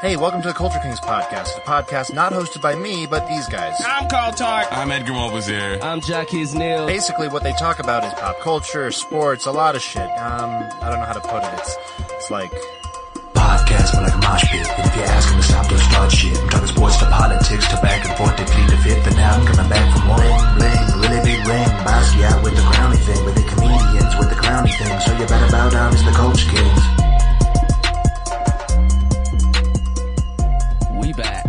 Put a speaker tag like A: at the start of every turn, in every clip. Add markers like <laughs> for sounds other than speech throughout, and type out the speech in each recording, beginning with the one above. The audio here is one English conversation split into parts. A: Hey, welcome to the Culture Kings podcast, a podcast not hosted by me, but these guys.
B: I'm Carl Tark.
C: I'm Edgar Malvazier.
D: I'm Jack Neal.
A: Basically, what they talk about is pop culture, sports, a lot of shit. Um, I don't know how to put it. It's, it's like
E: podcast, but like a mosh pit. And if you ask them to stop, they'll start shit. I'm talking sports to politics to back and forth. They plead the fifth, and now I'm coming back from one bling, really big ring. Basquiat with the crowny thing, with the comedians with the clowny thing. So you better bow down, it's the coach kings.
D: We back.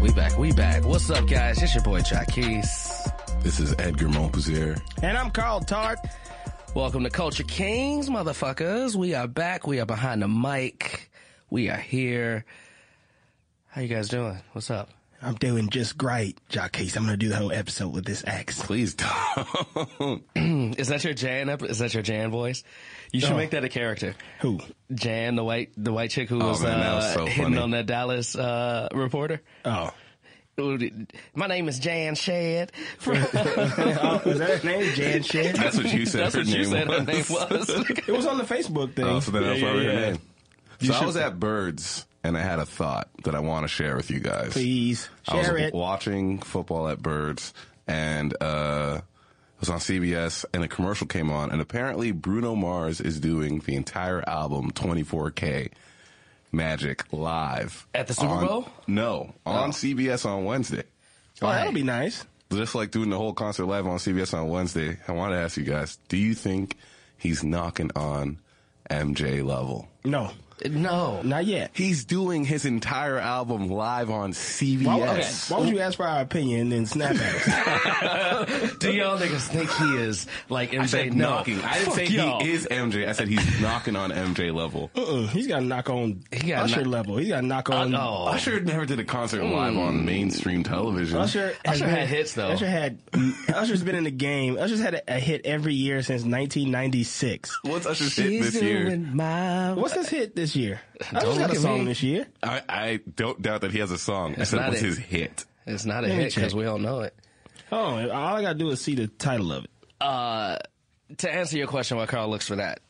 D: We back. We back. What's up, guys? It's your boy Jackie's.
C: This is Edgar Malvazier.
B: And I'm Carl Tark.
D: Welcome to Culture Kings, motherfuckers. We are back. We are behind the mic. We are here. How you guys doing? What's up?
B: I'm doing just great, Jacques. I'm going to do the whole episode with this accent.
C: Please don't.
D: <clears throat> Is that your Jan? Up? Is that your Jan voice? You should
B: No.
D: make that a character.
B: Who?
D: Jan, the white, the white chick who was,
C: Oh, man, that was
D: uh,
C: so
D: hitting
C: funny.
D: on that Dallas uh, reporter.
B: Oh.
D: My name is Jan Shad.
B: oh is that her name? <laughs> Jan Shed?
C: That's what you said
D: That's
C: her
D: what
C: name
D: you said
C: was.
D: her name <laughs> was.
B: It was on the Facebook thing.
C: Oh, so then that's
B: Yeah,
C: probably
B: yeah,
C: her
B: yeah.
C: name. So I
B: should-
C: was at Birds, and I had a thought that I want to share with you guys.
B: Please
C: I was
B: share it.
C: watching football at Birds, and uh, it was on CBS, and a commercial came on, and apparently Bruno Mars is doing the entire album 24K Magic live
D: At the Super
C: on-
D: Bowl? Oh.
C: No, on CBS on Wednesday.
B: Oh, that'll be nice.
C: Just like doing the whole concert live on CBS on Wednesday. I want to ask you guys: Do you think he's knocking on MJ level?
B: No,
D: No.
B: not yet.
C: He's doing his entire album live on CBS.
B: Why, would- why would you ask for our opinion and then snap at <laughs> us?
D: Do y'all niggas think he is like MJ?
C: I said
D: no.
C: knocking. I didn't
D: Fuck
C: say
D: y'all.
C: he is MJ. I said <laughs> he's knocking on MJ level.
B: Mm-mm. Uh-uh. He's got to knock on
D: He gotta
B: Usher
D: knock-
B: level. He's got to knock on.
D: Oh,
C: Usher never did a concert live on mainstream television.
B: Usher, has
D: Usher had hits, though.
B: Usher had Usher's been in the game. Usher's had a, a hit every year since 1996.
C: What's Usher's hit this year?
D: my.
B: What's his hit this year?
D: Don't
B: Usher's got
D: look
B: a
D: at
B: song
D: me.
B: this year.
C: I, I don't doubt that he has a song. I
D: That's
C: said
D: not
C: what's
D: it.
C: his hit.
D: It's not a
B: me
D: hit because
B: check.
D: we all know it.
B: Oh, all I gotta do is see the title of it.
D: To answer your question, why Carl looks for that?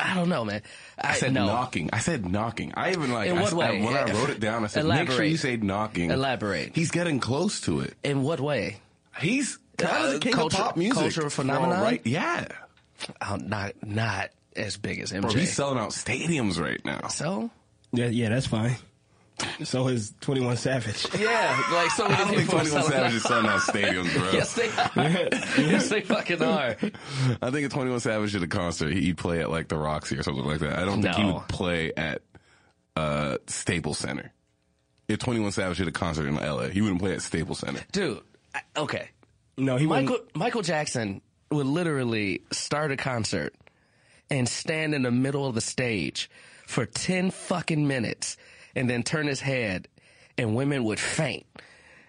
D: I don't know, man. I,
C: I said
D: no.
C: knocking. I said knocking. I even like
D: In
C: I-
D: what
C: I-
D: way?
C: when I wrote it down, I said make sure
D: Elaborate.
C: you say knocking.
D: Elaborate.
C: He's getting close to it.
D: In what way?
C: He's kind
D: Uh,
C: of the king
D: culture-
C: of pop music.
D: cultural
C: for all
D: phenomenon?
C: right? Yeah.
D: Oh, not not as big as MJ.
C: Bro, he's selling out stadiums right
D: <laughs>
C: now.
D: so
B: Yeah, yeah, that's fine. So is Twenty One Savage.
D: yeah, like so <laughs>
C: I don't
D: many
C: think
D: people are
C: 21
D: selling.
C: Savage
D: out.
C: is selling out stadiums, bro.
D: Yes, they are. yes, they fucking are.
C: I think if 21 Savage did a concert, he'd play at like the Roxy or something like that. I don't think he
D: No.
C: would play at uh, Staples Center. If 21 Savage did a concert in LA, he wouldn't play at Staples Center.
D: Dude, I, okay.
B: No, he
D: Michael
B: wouldn't.
D: Michael Jackson would literally start a concert and stand in the middle of the stage for ten fucking minutes, and then turn his head, and women would faint,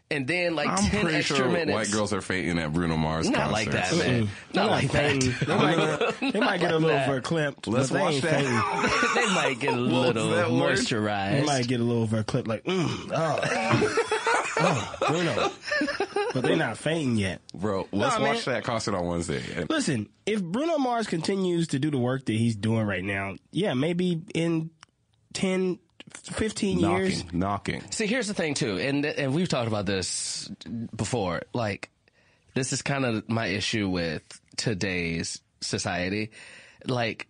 D: and then like
C: I'm
D: ten
C: pretty
D: extra
C: sure
D: minutes.
C: white girls are fainting at Bruno Mars
D: not
C: concerts.
D: like that, man. Not like
B: They
D: that. <laughs>
B: might, get- they might get a little verklempt.
C: Let's
B: but they
C: watch
B: ain't
C: that.
B: fainting.
D: <laughs> they might get a
C: was
D: little
C: that word?
B: They
D: moisturized.
B: might get a little verklempt, like, mm, oh,
D: <laughs>
B: oh, Bruno. But they're not fainting yet.
C: Bro, let's
B: Nah, man.
C: watch that concert on Wednesday. And
B: Listen, if Bruno Mars continues to do the work that he's doing right now, yeah, maybe in 10, 15 years,
C: knocking, knocking.
D: See, here's the thing too, and and we've talked about this before. Like, this is kind of my issue with today's society. Like,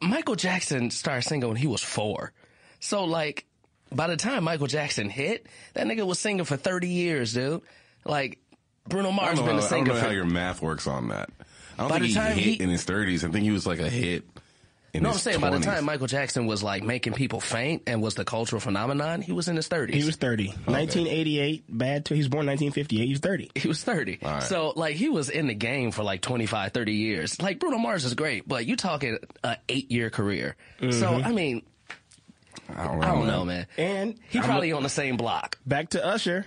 D: Michael Jackson started singing when he was four, so like, by the time Michael Jackson hit, that nigga was singing for thirty years, dude. Like, Bruno
C: I
D: Mars
C: don't,
D: been
C: know how,
D: a
C: I don't
D: singer
C: know how
D: for
C: your math works on that. I don't
D: By
C: think
D: the
C: he
D: time
C: hit
D: he-
C: in his 30s. I think he was like a hit in
D: No, I'm
C: his
D: saying by the
C: 20s.
D: time Michael Jackson was like making people faint and was the cultural phenomenon, he was in his 30s.
B: he was 30. 1988, bad too. He was born 1958, he was 30.
D: <laughs> He was 30.
C: right.
D: So, like, he was in the game for like 25, 30 years. Like, Bruno Mars is great, but you talking a eight year career. So, I mean,
C: I don't know,
D: I don't
C: man.
D: know, man.
B: And
D: He
B: I'm
D: probably on the same block.
B: back to Usher.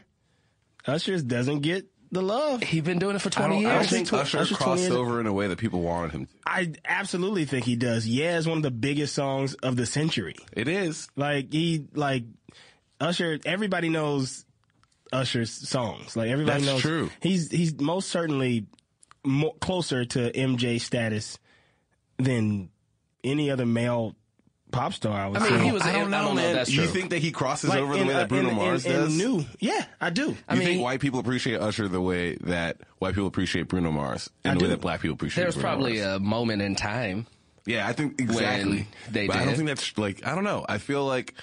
B: Usher doesn't get the love.
D: He been doing it for
C: I
D: 20
C: don't, I don't
D: years.
C: think
B: Tw-
C: Usher
B: Usher's
C: crossed
B: 20 years-
C: over in a way that people wanted him to.
B: I absolutely think he does. Yeah, it's one of the biggest songs of the century.
C: It is.
B: Like he like Usher. Everybody knows Usher's songs. Like everybody
C: That's
B: knows.
C: true.
B: He's he's most certainly more, closer to MJ status than any other male pop star. I would
D: I mean,
B: say.
D: he was.
C: I
D: I
C: don't know,
D: I don't
C: man.
D: Know if that's
C: you
D: true.
C: think that he crosses
B: Like,
C: over the
B: in,
C: way
B: uh,
C: that Bruno
B: in- in-
C: Mars
B: in
C: does?
B: new, yeah, I do.
D: I
C: you
D: mean,
C: think white people appreciate Usher the way that white people appreciate Bruno Mars, and
B: I
C: the way
B: do.
C: that black people appreciate.
D: there was
C: Bruno
D: probably
C: Mars.
D: a moment in time.
C: yeah. I think exactly.
D: they
C: but I
D: did
C: don't
D: it.
C: think that's like I don't know. I feel like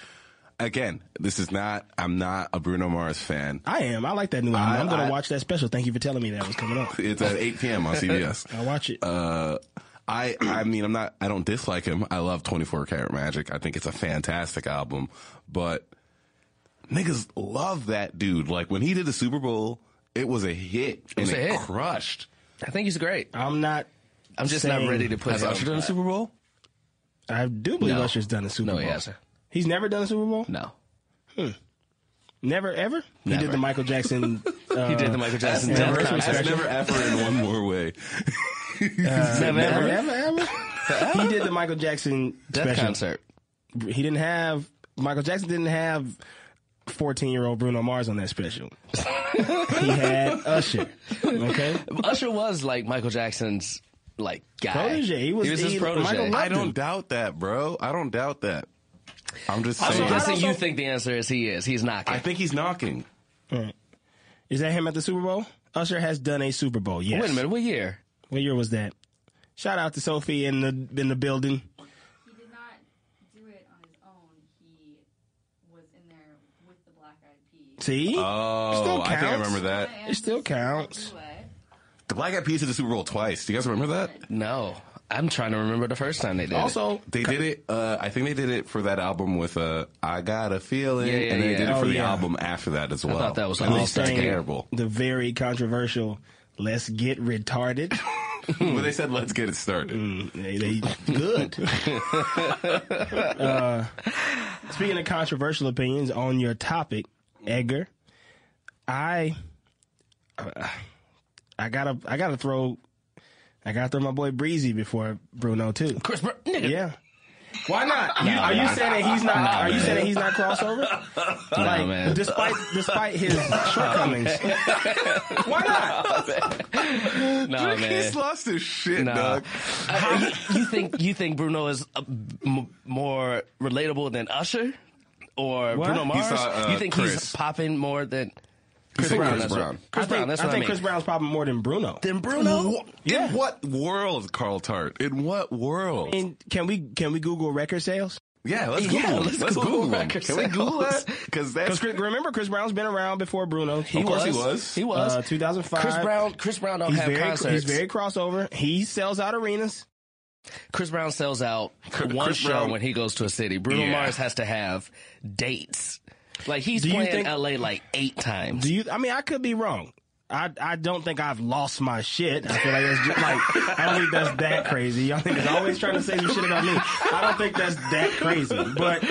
C: again, this is not. I'm not a Bruno Mars fan.
B: I am. I like that new album.
C: I-
B: I'm going
C: I-
B: to watch that special. Thank you for telling me that was
C: <laughs>
B: coming up.
C: It's at 8 p.m. on CBS.
B: I'll watch it.
C: uh, I I mean I'm not I don't dislike him. I love 24 Karat Magic. I think it's a fantastic album, but niggas love that dude. Like when he did the Super Bowl, it was a hit
D: was
C: and
D: a
C: it
D: hit.
C: crushed.
D: I think he's great.
B: I'm not.
D: I'm just
B: saying-
D: not ready to put
C: Has
D: him.
C: Usher done a Super Bowl?
B: I do believe
D: No.
B: Usher's done a Super
D: No,
B: Bowl.
D: he hasn't.
B: He's never done a Super Bowl.
D: No,
B: Never ever. He
D: Never.
B: did the
D: <laughs>
B: Michael Jackson. Uh,
D: he did the Michael Jackson
B: never-
D: death
B: that's
D: concert.
C: That's never ever in one more way.
D: Never
B: never
D: ever.
B: ever ever. he did the Michael Jackson
D: Death
B: special.
D: concert.
B: He didn't have Michael Jackson didn't have 14 year old Bruno Mars on that special. he had Usher. Okay.
D: Usher was like Michael Jackson's like guy.
B: Protege. He was-
D: his
B: he-
D: protege.
B: Michael loved
C: I
B: him.
C: don't doubt that, bro. I don't doubt that. I'm just
D: I'm
C: saying.
D: guessing
B: also-
D: you think the answer is he is. He's not.
C: I think he's knocking.
B: Is that him at the Super Bowl? Usher has done a Super Bowl. Yes.
D: Wait a minute. What year?
B: What year was that? Shout out to Sophie in the in the building.
F: He did not do it on his own. He was in there with the Black Eyed Peas.
B: See,
C: Oh, I think I
B: counts.
C: remember that.
F: And
B: it still counts.
F: duet.
C: The Black Eyed Peas did the Super Bowl twice. Do you guys remember that?
D: No, I'm trying to remember the first time they did. it.
B: Also,
C: They did it. Uh, I think they did it for that album with uh, "I Got a Feeling,"
D: Yeah, yeah,
C: and they
D: yeah.
C: did it
B: Oh,
C: for the
B: yeah.
C: album after that as well.
D: thought that was
C: And they
D: all
C: said
D: That's
B: saying
C: terrible.
B: the very controversial "Let's get retarded."
C: but they said, "Let's get it started." <laughs>
B: they, they good. uh, speaking of controversial opinions on your topic, Edgar, I, uh, I gotta, I gotta throw, I gotta throw my boy Breezy before Bruno too.
D: Chris, Br- nigga,
B: Yeah. Why not? You, are you saying that he's not? are you saying that he's not crossover? like,
D: Oh, man.
B: despite despite
D: <laughs>
B: his shortcomings, why not?
D: no man.
C: He's lost his shit,
D: No.
C: dog.
D: Uh, you, you think you think Bruno is uh, m- more relatable than Usher or Bruno
B: He
D: Mars?
C: saw, uh,
D: you think
C: Chris.
D: he's popping more than Chris
C: said Chris
D: that's what-
C: Brown.
D: Chris
B: I
D: Brown.
B: think,
D: That's
B: I
D: what I,
B: think
D: mean.
B: Chris Brown's probably more than Bruno.
D: Then Bruno.
C: In what world, Carl Tart? In what world?
B: And can we can we Google record sales?
C: yeah, let's Google.
D: Yeah,
C: him.
D: let's
C: let's,
D: Google
C: Google. him.
D: record
C: Can we Google
D: sales.
C: that? Because that's
B: Because remember, Chris Brown's been around before Bruno. He
C: Of course he
D: was.
C: was.
D: He was.
B: Uh, 2005.
D: Chris Brown. Chris Brown don't
B: He's
D: have
B: very,
D: concerts.
B: he's very crossover. He sells out arenas.
D: Chris Brown sells out one
C: Chris
D: show
C: Brown-
D: when he goes to a city. Bruno
C: Yeah.
D: Mars has to have dates. Like he's
B: Do you
D: playing
B: think-
D: LA like eight times.
B: Do you? I mean, I could be wrong. I, I don't think I've lost my shit. I feel like that's just like I don't think that's that crazy. Y'all think it's always trying to say some shit about me. I don't think that's that crazy, but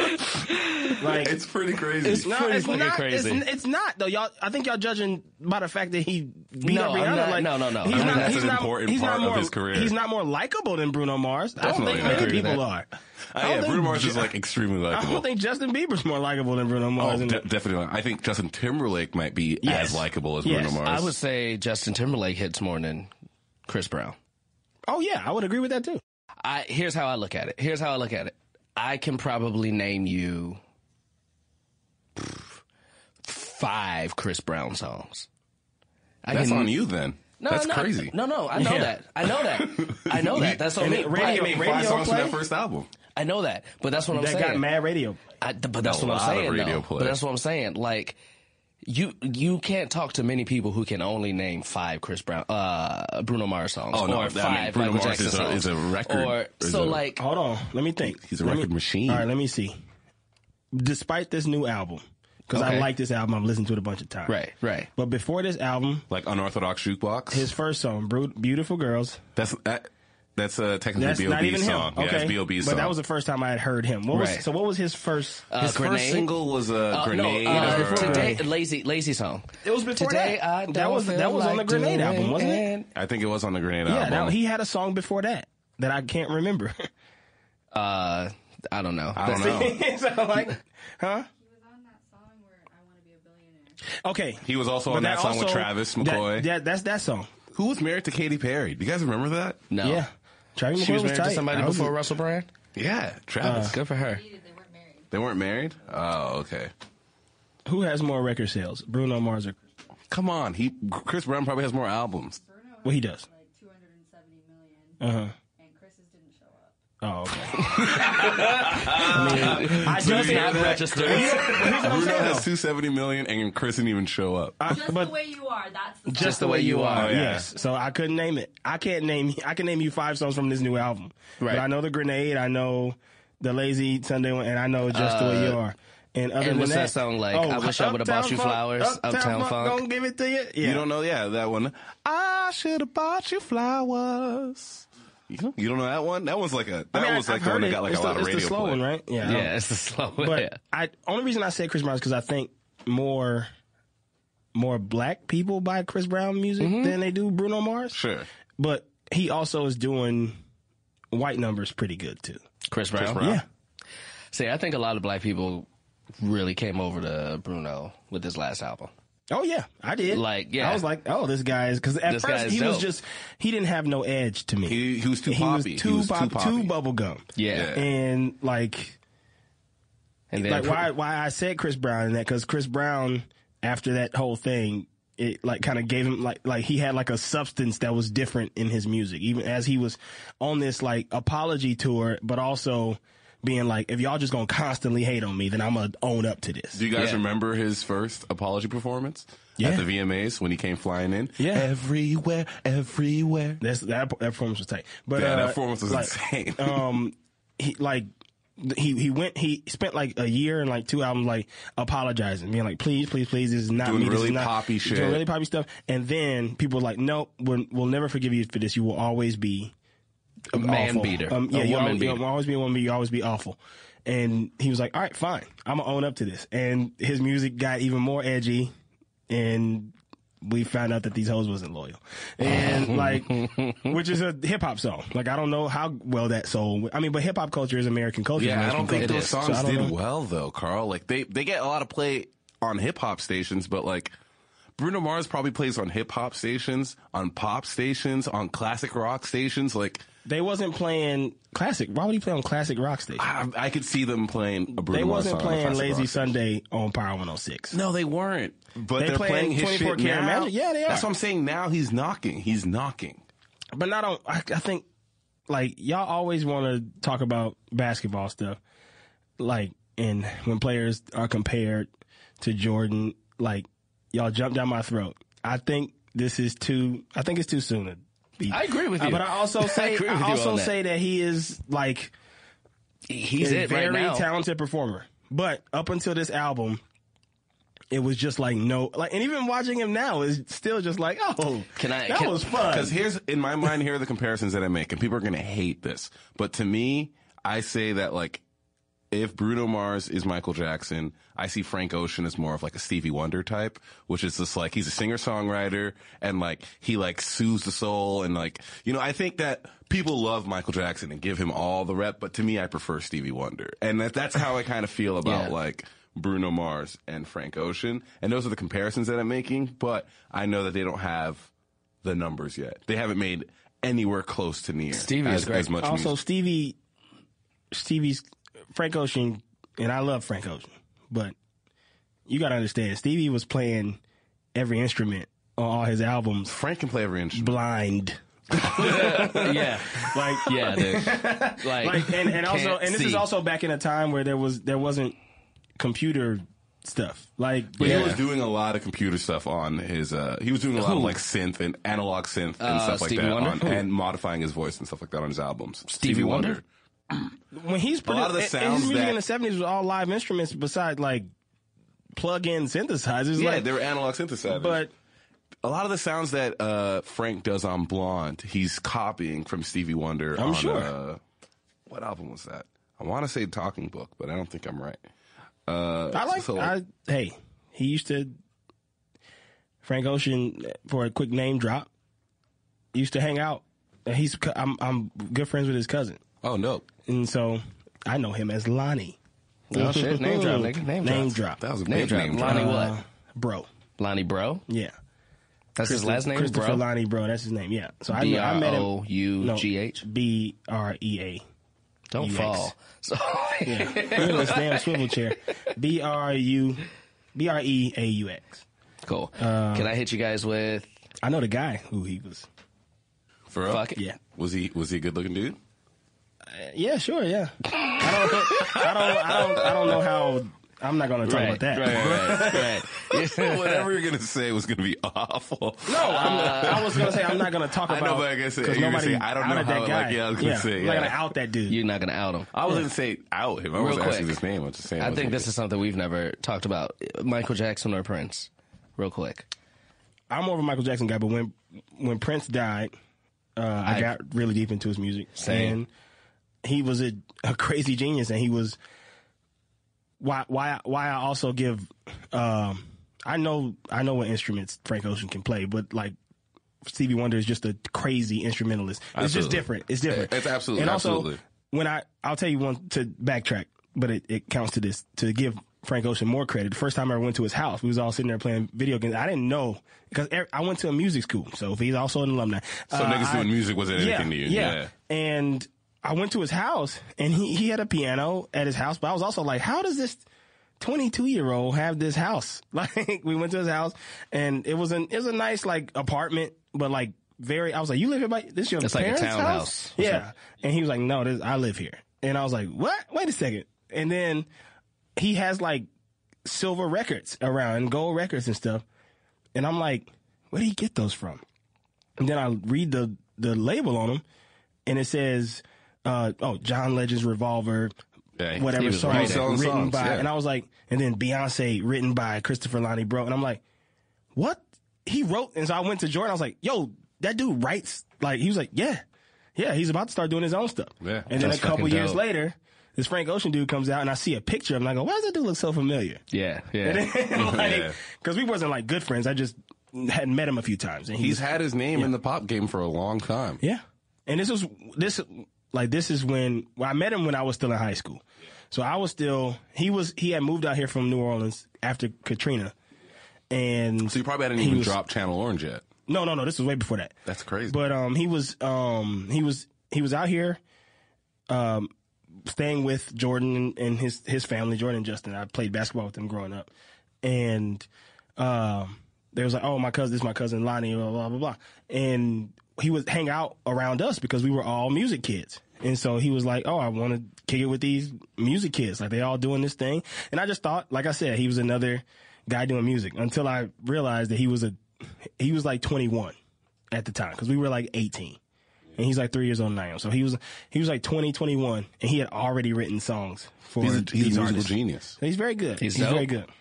B: like
C: it's pretty crazy.
B: no,
D: pretty
B: it's
D: fucking
B: not,
D: crazy.
B: It's, it's not though. Y'all, I think y'all judging by the fact that he beat
D: No,
B: up
D: I'm
B: Rihanna.
D: not-
B: like,
D: no, no, no. I
B: He's
D: think
B: not,
C: that's
B: he's
C: an
B: not,
C: important
B: he's
C: part
B: not
C: of
B: more,
C: his career.
B: He's not more likable than Bruno Mars.
C: Definitely,
B: I
C: I
B: don't think
C: agree
B: many
C: with
B: people
C: that.
B: are.
C: Uh,
B: I don't
C: yeah,
B: think-
C: Bruno Mars is like extremely
B: I
C: likable.
B: don't think Justin Bieber's more likable than Bruno
C: Oh,
B: Mars.
C: de-
B: And-
C: definitely. not. I think Justin Timberlake might be
B: Yes.
C: as likable as
B: Yes.
C: Bruno Mars.
D: I would say Justin Timberlake hits more than Chris Brown.
B: oh yeah, I would agree with that too.
D: I here's how I look at it. Here's how I look at it. I can probably name you pff, five Chris Brown songs. I
C: That's
D: can-
C: on you then.
D: No,
C: That's
D: no,
C: crazy.
D: No, no, I know
B: Yeah.
D: that. I know that.
C: <laughs>
D: I know that. That's on
B: And
D: me.
B: it- radio-
D: But-
B: radio play?
C: first album.
D: I know that, but that's what I'm
B: That
D: saying.
B: got mad radio.
D: I, th- but that's
C: A
D: what I'm
C: lot of
D: saying.
C: radio
D: though.
C: play.
D: But that's what I'm saying. Like you, you can't talk to many people who can only name five Chris Brown, uh, Bruno Mars songs,
C: Oh, no, I mean,
D: or five
C: Bruno Mars
D: Michael Jackson
C: is a-
D: songs,
C: is a record-
D: Or
C: is
D: so
C: a-
D: like
B: Hold on, let me think.
C: He's a
B: Let
C: record
B: me-
C: machine.
B: All right, let me see. Despite this new album, because
D: Okay.
B: I like this album, I've listened to it a bunch of times.
D: right, right.
B: But before this album,
C: Like unorthodox jukebox.
B: his first song, Bru- "Beautiful Girls,"
C: that's that, that's uh, technically
B: that's
C: B.O.B.
B: not even
C: song.
B: him.
C: Yeah,
B: okay,
C: it's B.O.B. song.
B: but that was the first time I had heard him. What
D: Right.
B: was, so what was his first?
D: Uh,
C: his first
D: Grenade?
C: single was a
D: Uh,
C: grenade.
D: No, uh,
C: or-
D: today, lazy, lazy song.
B: It was before
D: today
B: that.
D: I
B: That
D: don't
B: was-
D: feel
B: that was on
D: like
B: the Grenade
D: doing
B: album, wasn't it?
D: and-
C: I think it was on the grenade
B: yeah,
C: album.
B: that, he had a song before that that I
C: <laughs>
B: can't remember. <laughs>
D: Uh, I don't know.
C: I don't know.
B: so like, huh?
F: He was on that song where I Want to Be a Billionaire.
B: Okay,
C: He was also on
B: But
C: that, song with
B: also-
C: Travis
B: that-
C: McCoy,
B: that- that's that song.
C: who was married to Katy Perry. Do you guys remember that?
D: No.
B: Yeah, Travis
D: She
B: McCoy
D: was married
B: tight.
D: to somebody
B: I was-
D: before Russell Brand?
C: Yeah, Travis.
B: Uh,
D: Good for her.
F: Dated, they weren't married.
C: they weren't married. Oh, okay.
B: Who has more record sales, Bruno Mars or?
C: Come on, he Chris Brown probably has more albums.
F: Bruno
B: Well, he does.
F: had, like 270 million,
B: Uh huh.
F: and Chris's didn't show up.
B: Oh, okay. I mean, I just
D: Does not
B: have that.
D: register.
C: <laughs>
B: <laughs>
C: Bruno has two seventy million, and Chris didn't even show up.
F: Just
B: Ah, but-
F: the way you are. That's the
D: Just the way you are.
C: Oh, yeah.
B: Yes. So I couldn't name it. I can't name. <laughs> I can name you five songs from this new album.
D: Right.
B: But I know the grenade. I know the lazy Sunday one, and I know just the
C: Uh,
B: way you are. And other
D: and
B: than
D: what's
B: that, oh,
D: that song like? I wish I would've bought
B: Uptown
D: you
B: Funk,
D: flowers, Uptown Funk.
B: Don't give it to you. Yeah.
C: You don't know, yeah, that one. I should have bought you flowers. You don't, you don't know that one? That one's like a. That
B: I mean, I-
C: was like
B: I've
C: the one
B: heard
C: that
B: it.
C: got like
B: it's
C: a
B: the,
C: lot of
B: it's
C: radio
B: the slow
C: play.
B: one, right? Yeah. I
C: <laughs>
D: Yeah, <laughs> it's the slow one.
B: But
D: yeah.
B: I only reason I say Chris Brown is because I think more more black people buy Chris Brown music than they do Bruno Mars.
C: Mm-hmm. Sure.
B: But he also is doing white numbers pretty good too.
D: Chris Brown.
C: Brown. Yeah.
D: See, I think a lot of black people really came over to Bruno with his last album.
B: Oh yeah, I did.
D: Like, yeah.
B: I was like, oh, this guy is because at
D: This guy
B: first
D: is
B: he was
D: dope.
B: just he didn't have no edge to me.
C: He, he was too
B: He was
C: poppy.
B: too pop, too bubblegum.
D: Yeah.
C: Yeah.
B: and like
D: And then
B: like why why I said Chris Brown in that because Chris Brown after that whole thing it like kind of gave him like like he had like a substance that was different in his music even as he was on this like apology tour but also being like if y'all just gonna constantly hate on me then I'm gonna own up to this
C: Do you guys
D: Yeah.
C: remember his first apology performance?
B: Yeah.
C: At the VMAs when he came flying in?
B: Yeah.
C: Everywhere, everywhere.
B: That's, that that performance was tight but
C: Yeah,
B: uh,
C: that performance was
B: like,
C: insane.
B: um he like th- he he went he spent like a year and like two albums like apologizing being like please please please this is not
C: Doing
B: me this
C: really
B: is not
C: poppy shit.
B: doing really poppy stuff and then people were like nope we're, we'll never forgive you for this you will always be
D: a man
B: awful.
D: beater.
B: um, yeah
D: a
B: you
D: woman
B: always,
D: beater.
B: you'll always be a woman beater you always be awful and he was like all right fine I'm gonna own up to this and his music got even more edgy and we found out that these hoes wasn't loyal.
C: <laughs>
B: And like, which is a hip hop song. Like, I don't know how well that sold. I mean, but hip hop culture is American culture.
C: Yeah, I
B: American
C: don't think
B: culture.
C: those
B: So I
C: songs
B: don't
C: did
B: know.
C: well though, Carl. Like they they get a lot of play on hip hop stations, but like Bruno Mars probably plays on hip hop stations, on pop stations, on classic rock stations. Like
B: They wasn't playing classic. Why would he play on classic rock station?
C: I, I could see them playing a Bruno
B: They
C: Mars song
B: wasn't
C: on a
B: playing
C: classic
B: Lazy
C: rock station.
B: Sunday on Power 106.
C: No, they weren't. But
B: They
C: they are
B: playing
C: playing his
B: 24
C: shit
B: Karat
C: now.
B: Magic? Yeah, they
C: That's
B: are.
C: what I'm saying. Now he's knocking. He's knocking.
B: But not on, I, I think, like, y'all always want to talk about basketball stuff. Like, and when players are compared to Jordan, like, y'all jump down my throat. I think this is too, I think it's too soon to be.
D: I agree with
B: Uh,
D: you.
B: But I
D: <laughs>
B: also say,
D: agree
B: I,
D: with you
B: also
D: on that.
B: say that he is, like,
D: He's
B: a
D: it
B: very
D: right now.
B: talented performer. But up until this album, it was just like no, like, and even watching him now is still just like, oh,
D: Can I-
B: That
D: can-
B: was fun.
C: Because here's in my mind, here are the comparisons that I make, and people are gonna hate this. But to me, I say that like if Bruno Mars is Michael Jackson, I see Frank Ocean as more of like a Stevie Wonder type, which is just like he's a singer songwriter and like he like soothes the soul and like you know I think that people love Michael Jackson and give him all the rep, but to me I prefer Stevie Wonder, and that, that's how I kind of feel about
D: Yeah.
C: like. Bruno Mars and Frank Ocean. And those are the comparisons that I'm making, but I know that they don't have the numbers yet. They haven't made anywhere close to near
D: Stevie
C: as,
D: is great.
C: as much
B: also
C: music.
B: Stevie, Stevie's Frank Ocean, and I love Frank Ocean, but you got to understand Stevie was playing every instrument on all his albums
C: Frank can play every instrument.
B: blind,
D: <laughs> yeah.
C: <laughs>
B: like
D: Yeah, dude.
B: <laughs>
D: Like,
B: like and, and also
D: can't
B: and this
D: see.
B: is also back in a time where there was there wasn't computer stuff like
C: But he was doing a lot of computer stuff on his. Uh, he was doing a lot of like synth and analog synth and
D: Uh,
C: stuff like
D: Stevie
C: that,
D: Wonder?
C: on,
D: Who?
C: and modifying his voice and stuff like that on his albums.
D: Stevie Wonder?
B: when he's produ-
C: lot of the
B: and- and
C: sounds
B: his music
C: that-
B: in the seventies was all live instruments besides like plug-in synthesizers.
C: Yeah,
B: like,
C: they were analog synthesizers.
B: but
C: a lot of the sounds that uh, Frank does on Blonde, he's copying from Stevie Wonder.
B: I'm
C: on,
B: sure.
C: Uh, what album was that? I want to say Talking Book, but I don't think I'm right. Uh,
B: I like.
C: so-
B: I, hey, he used to Frank Ocean for a quick name drop. Used to hang out. And He's co- I'm I'm good friends with his cousin,
C: oh no,
B: and so I know him as Lonnie.
D: Oh, shit. Name drop, nigga. Name drop.
B: Name drop.
C: that was a
D: Name
C: big
D: drop.
C: name drop.
D: Lonnie
B: Uh,
D: what?
B: bro.
D: Lonnie Bro?
B: Yeah,
D: That's his last name,
B: Christopher
D: Bro?
B: Lonnie Bro. That's his name. Yeah. So I, kn- I met him.
D: B-R-O-U-G-H?
B: B R E A.
D: Don't
B: Yikes.
D: fall. <laughs> So
B: You're in this damn swivel chair. B R U B R E A U X.
D: <laughs> cool.
B: Um,
D: Can I hit you guys with?
B: I know the guy who he was.
C: For real?
D: Fuck it.
B: Yeah.
C: Was he was he a good looking dude?
B: Yeah, sure, yeah. <laughs> I don't, I don't, I don't, I don't know how. I'm not going to talk about that.
D: Right, right,
C: <laughs>
D: right. <laughs>
B: <laughs>
C: Whatever you're gonna say was gonna be <laughs> awful.
B: No, I'm, I was going to say I'm not going to talk
C: I
B: about.
C: know, but I guess you're
B: 'cause
C: gonna
B: nobody
C: say, I don't know
B: outed
C: how,
B: that
C: like,
B: guy.
C: yeah, I was gonna say,
B: I'm not
C: yeah.
B: going to out that dude.
D: You're not gonna out him.
C: I wasn't saying out him. I
D: Real
C: wasn't asking
D: quick.
C: his name. I'm just saying.
D: I think this is something we've never talked about. Michael Jackson or Prince, real quick.
B: I'm more of a Michael Jackson guy, but when when Prince died, uh, I,
D: I-
B: got really deep into his music.
D: Same.
B: And he was a, a crazy genius, and he was why why why I also give. Um, I know I know what instruments Frank Ocean can play, but like Stevie Wonder is just a crazy instrumentalist. It's just
C: Absolutely.
B: different. It's different.
C: It's absolutely-
B: and also
C: absolutely.
B: when I I'll tell you one to backtrack, but it, it counts to this to give Frank Ocean more credit. The first time I ever went to his house, we was all sitting there playing video games. I didn't know because er- I went to a music school, so if he's also an alumni. Uh,
C: So niggas doing music wasn't
B: yeah,
C: anything to you.
B: yeah, and I went to his house, and he he had a piano at his house, but I was also like, how does this 22 year old have this house? <laughs> Like we went to his house and it was an, it was a nice like apartment, but like very, I was like, you live here by this your
D: It's like a
B: parents
D: townhouse.
B: house? Yeah. And he was like, no, this, I live here. And I was like, what? Wait a second. And then he has like silver records around and gold records and stuff. And I'm like, where do you get those from? And then I read the, the label on them and it says, uh, oh, John Legend's Revolver,
C: Yeah, he-
B: whatever
C: he was
B: song
C: writing.
B: written
C: Selling songs,
B: by,
C: yeah.
B: and I was like, and then Beyonce written by Christopher Lonnie Bro, and I'm like, what he wrote? And so I went to Jordan, I was like, yo, that dude writes like he was like, yeah, yeah, he's about to start doing his own stuff.
C: Yeah.
B: and then a
D: That's
B: couple
D: fucking
B: years
D: dope.
B: later, this Frank Ocean dude comes out, and I see a picture of him, and I go, why does that dude look so familiar? <laughs>
D: Yeah, yeah.
B: like,
C: Yeah.
B: because we wasn't like good friends, I just had met him a few times, and he
C: He's
B: was-
C: had his name in the pop game for a long time.
B: yeah. And this was this like this is when well, I met him when I was still in high school. So I was still he was he had moved out here from New Orleans after Katrina. And
C: So you probably hadn't
B: He
C: even
B: was-
C: dropped Channel Orange yet.
B: no, no, no, this was way before that.
C: That's crazy.
B: But um he was um he was he was out here um staying with Jordan and, and his his family, Jordan and Justin. I played basketball with them growing up. And um they was like, Oh, my cousin this is my cousin Lonnie, blah blah blah blah. And he would hang out around us because we were all music kids. And so he was like, Oh, I wanna kick it with these music kids. Like they all doing this thing. And I just thought, like I said, he was another guy doing music until I realized that he was a he was like twenty one at the time because we were like 18 and he's like three years old now so he was he was like 20 21 and he had already written songs for
C: he's a,
B: these
C: he's a musical
B: artists.
C: genius.
B: he's very good
D: He's
B: he's, very
D: dope.
B: good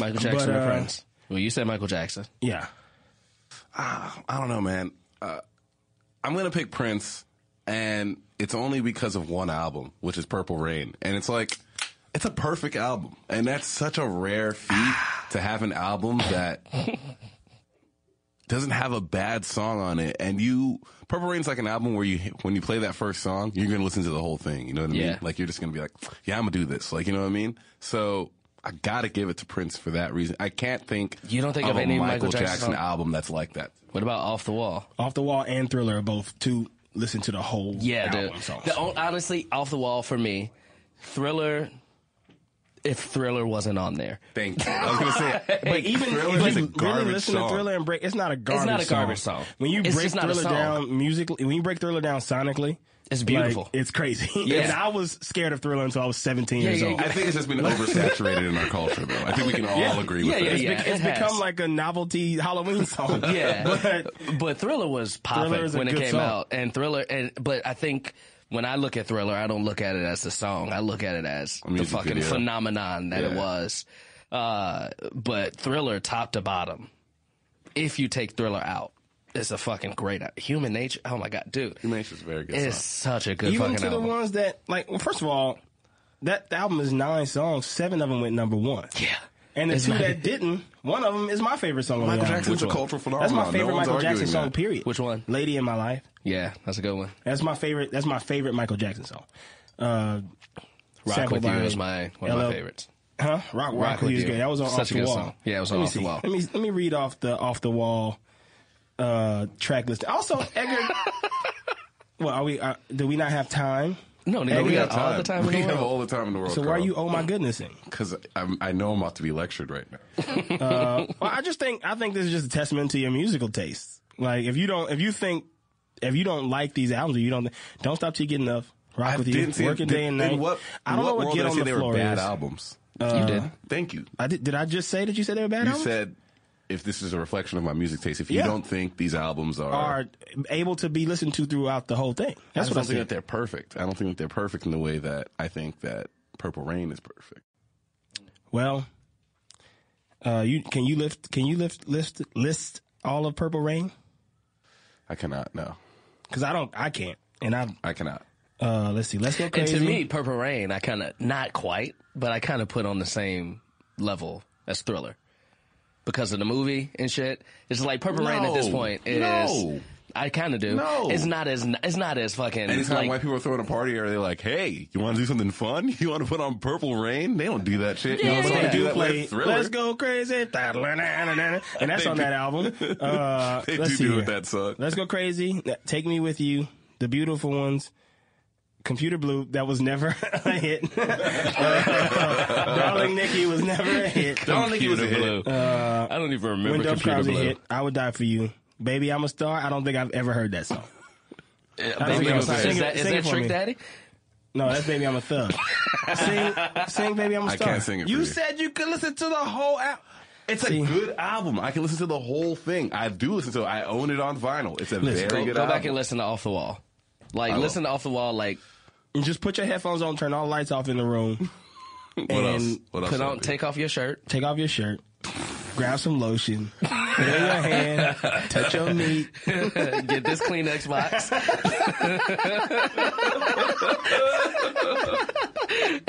D: Michael Jackson
B: But,
D: or
B: uh,
D: Prince. Well, you said Michael Jackson.
B: yeah
C: I don't know, man. Uh, I'm gonna pick Prince, and it's only because of one album, which is Purple Rain, and it's like it's a perfect album, and that's such a rare feat to have an album that <laughs> doesn't have a bad song on it, and you Purple Rain's like an album where you when you play that first song, you're gonna listen to the whole thing. You know what I
D: Yeah.
C: mean? Like you're just gonna be like, yeah, I'm gonna do this. Like you know what I mean? So. I gotta give it to Prince for that reason. I can't think.
D: You don't think of
C: a
D: any Michael
C: Michael
D: Jackson
C: Jackson
D: song?
C: album that's like that.
D: What about Off the Wall?
B: off the wall and thriller are both to listen to the whole
D: Yeah,
B: album
D: dude.
B: songs.
D: The, on- honestly, Off the Wall for me, Thriller. If Thriller wasn't on there,
C: Thank you. I was gonna say,
B: but even
C: Thriller
B: if
C: is a
B: you really
C: garbage
B: listen
C: song.
B: to Thriller and break, it's not a garbage.
D: not a garbage song.
B: When you
D: It's
B: break
D: just not a
B: Thriller
D: song.
B: down musically, when you break Thriller down sonically,
D: It's
B: like,
D: beautiful.
B: it's crazy. <laughs>
D: Yeah.
B: and I was scared of Thriller until I was seventeen years
D: yeah,
B: old.
D: yeah.
C: I think it's just been oversaturated in our culture, though. I think we can all agree with
D: Yeah,
C: that.
D: yeah,
B: It's, bec-
D: it
B: it's
D: has.
B: become like a novelty Halloween song.
D: <laughs> Yeah,
B: <laughs> but
D: but, Thriller was popping
B: Thriller is a
D: when it
B: good
D: came
B: song.
D: out, and Thriller. And but I think when I look at Thriller, I don't look at it as the song. I look at it as the
C: music
D: fucking
C: video.
D: phenomenon that it
C: Yeah.
D: was. Uh, but Thriller, top to bottom, if you take Thriller out, it's a fucking great al- Human Nature. Oh my god, dude,
C: Human Nature is a very good
D: It's
C: song.
D: such a good
B: even
D: fucking
B: to
D: album.
B: the ones that like well first of all that the album is nine songs seven of them went number one
D: yeah,
B: and the
D: It's
B: two
D: my-
B: that didn't one of them is my favorite song on the
C: Michael
B: album.
C: Jackson's
B: Which
C: a
B: one?
C: cultural
B: that's
C: phenomenon.
B: my
C: No
B: favorite
C: one's
B: michael jackson
C: arguing
B: song
C: that.
B: period
D: Which one?
B: lady in my life
D: yeah, that's a good one.
B: that's my favorite that's my favorite michael jackson song uh
D: Rock
B: sampled
D: with You
B: by-
D: is my one of
B: LL
D: my favorites.
B: Huh? Rock, Rock
D: With
B: with you is
D: You.
B: great. That was on
D: Such
B: off
D: a
B: the
D: good
B: wall.
D: song. Yeah, it was on
B: let me
D: Off the
B: see.
D: Wall.
B: Let me let me read off the off the wall
C: <laughs>
B: uh, track list. Also, Edgar. well, are we? Uh, do we not have time
D: No, nigga,
C: And
D: we, got all the time in
C: we
D: the
C: have
D: world.
C: all the time in the world.
B: So why are you oh my goodness in?
C: Because I know I'm about to be lectured right now.
B: Well, I just think I think this is just a testament to your musical taste. Like if you don't, if you think, if you don't like these albums, or you don't don't stop till you get enough. Rock
C: I
B: with
C: didn't
B: you,
C: see
B: working
C: did-
B: day and
C: in
B: night.
C: What,
B: I don't
C: what
B: know what
C: world
B: get
C: did I
B: on
C: say
B: the
C: they
B: floor
C: were bad
B: is.
C: albums.
B: Uh,
D: you did.
C: Thank you.
B: I did, did I just say that you said they were bad
C: You
B: albums?
C: said if this is a reflection of my music taste, if you
B: Yeah.
C: don't think these albums are,
B: Are able to be listened to throughout the whole thing.
C: I
B: That's
C: just
B: what I
C: don't think
B: said.
C: that they're perfect. I don't think that they're perfect in the way that I think that Purple Rain is perfect.
B: Well, uh, you can you lift can you lift list list all of Purple Rain?
C: I cannot. No,
B: Because I don't, I can't. And I
C: I cannot.
B: uh, let's see, let's go
D: And
B: crazy.
D: to me, Purple Rain, I kind of not quite, but I kind of put on the same level as Thriller because of the movie and shit. It's like Purple Rain at this
C: No.
D: point is.
C: No.
D: I kind of do.
C: No.
D: It's not as it's not as fucking.
C: Anytime
D: like,
C: white people are throwing a party, are they like, "Hey, you want to do something fun? <laughs> You want to put on Purple Rain?" They don't do that shit. You know what
B: But they
C: I'm saying?
B: do
C: They
B: play
C: with Thriller.
B: "Let's Go Crazy," and that's
C: They
B: on
C: do- <laughs>
B: that album. Uh,
C: They
B: let's
C: do
B: see
C: do
B: here.
C: with that song.
B: Let's Go Crazy, Take Me With You, The Beautiful Ones, Computer Blue, that was never <laughs> a hit. Uh, Darling Nikki was never a hit.
D: I don't think it was a
C: Computer
D: hit.
C: uh,
D: I don't even remember
B: When Dove
D: Computer
B: Crowd's a
D: Blue.
B: hit, I Would Die For You. Baby, I'm a Star, I don't think I've ever heard that song.
D: Yeah,
B: think
D: Baby,
B: it
D: I'm
B: was a
D: sorry.
B: hit.
D: Is that, is
B: Sing it
D: that
B: for
D: Trick
B: me.
D: Daddy?
B: No, that's Baby, I'm a Thug. sing, sing Baby, I'm a
C: I
B: Star.
C: can't sing it for
B: You
C: you.
B: said you could listen to the whole album.
C: It's a good album. I can listen to the whole thing. I do listen to it. I own it on vinyl. It's a
B: Listen,
C: very
D: Go,
C: good
D: go
C: album.
D: back and listen to Off the Wall. Like
C: I will.
D: listen to Off the Wall. Like
B: Just put your headphones on, turn all the lights off in the room.
C: <laughs> what else?
B: and
C: What else?
D: put
C: should I
D: on,
C: do?
D: take off your shirt.
B: take off your shirt, grab some lotion, put it in your hand, touch your meat,
D: Get this Kleenex box.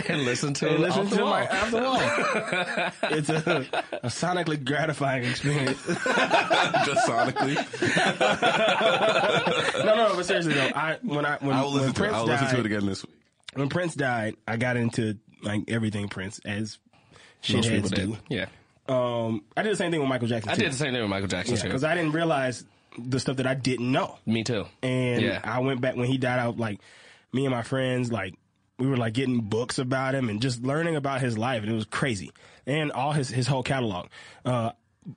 D: and listen to
B: and listen
D: off
B: to
D: the wall.
B: my after all. It's a, a sonically gratifying experience. <laughs>
C: just sonically.
B: No, no, no, but seriously though, I when I when,
C: I will
B: when
C: listen to it.
B: Prince
C: I will
B: died,
C: listen to it again this week.
B: when Prince died, I got into like everything Prince as shitheads do.
D: Yeah,
B: Um, I did the same thing with Michael Jackson.
D: I did the same thing with Michael Jackson too.
B: because I didn't realize the stuff that I didn't know.
D: Me too.
B: And
D: yeah,
B: I went back when he died out, like me and my friends, like we were like getting books about him and just learning about his life. And it was crazy. And all his, his whole catalog. Uh,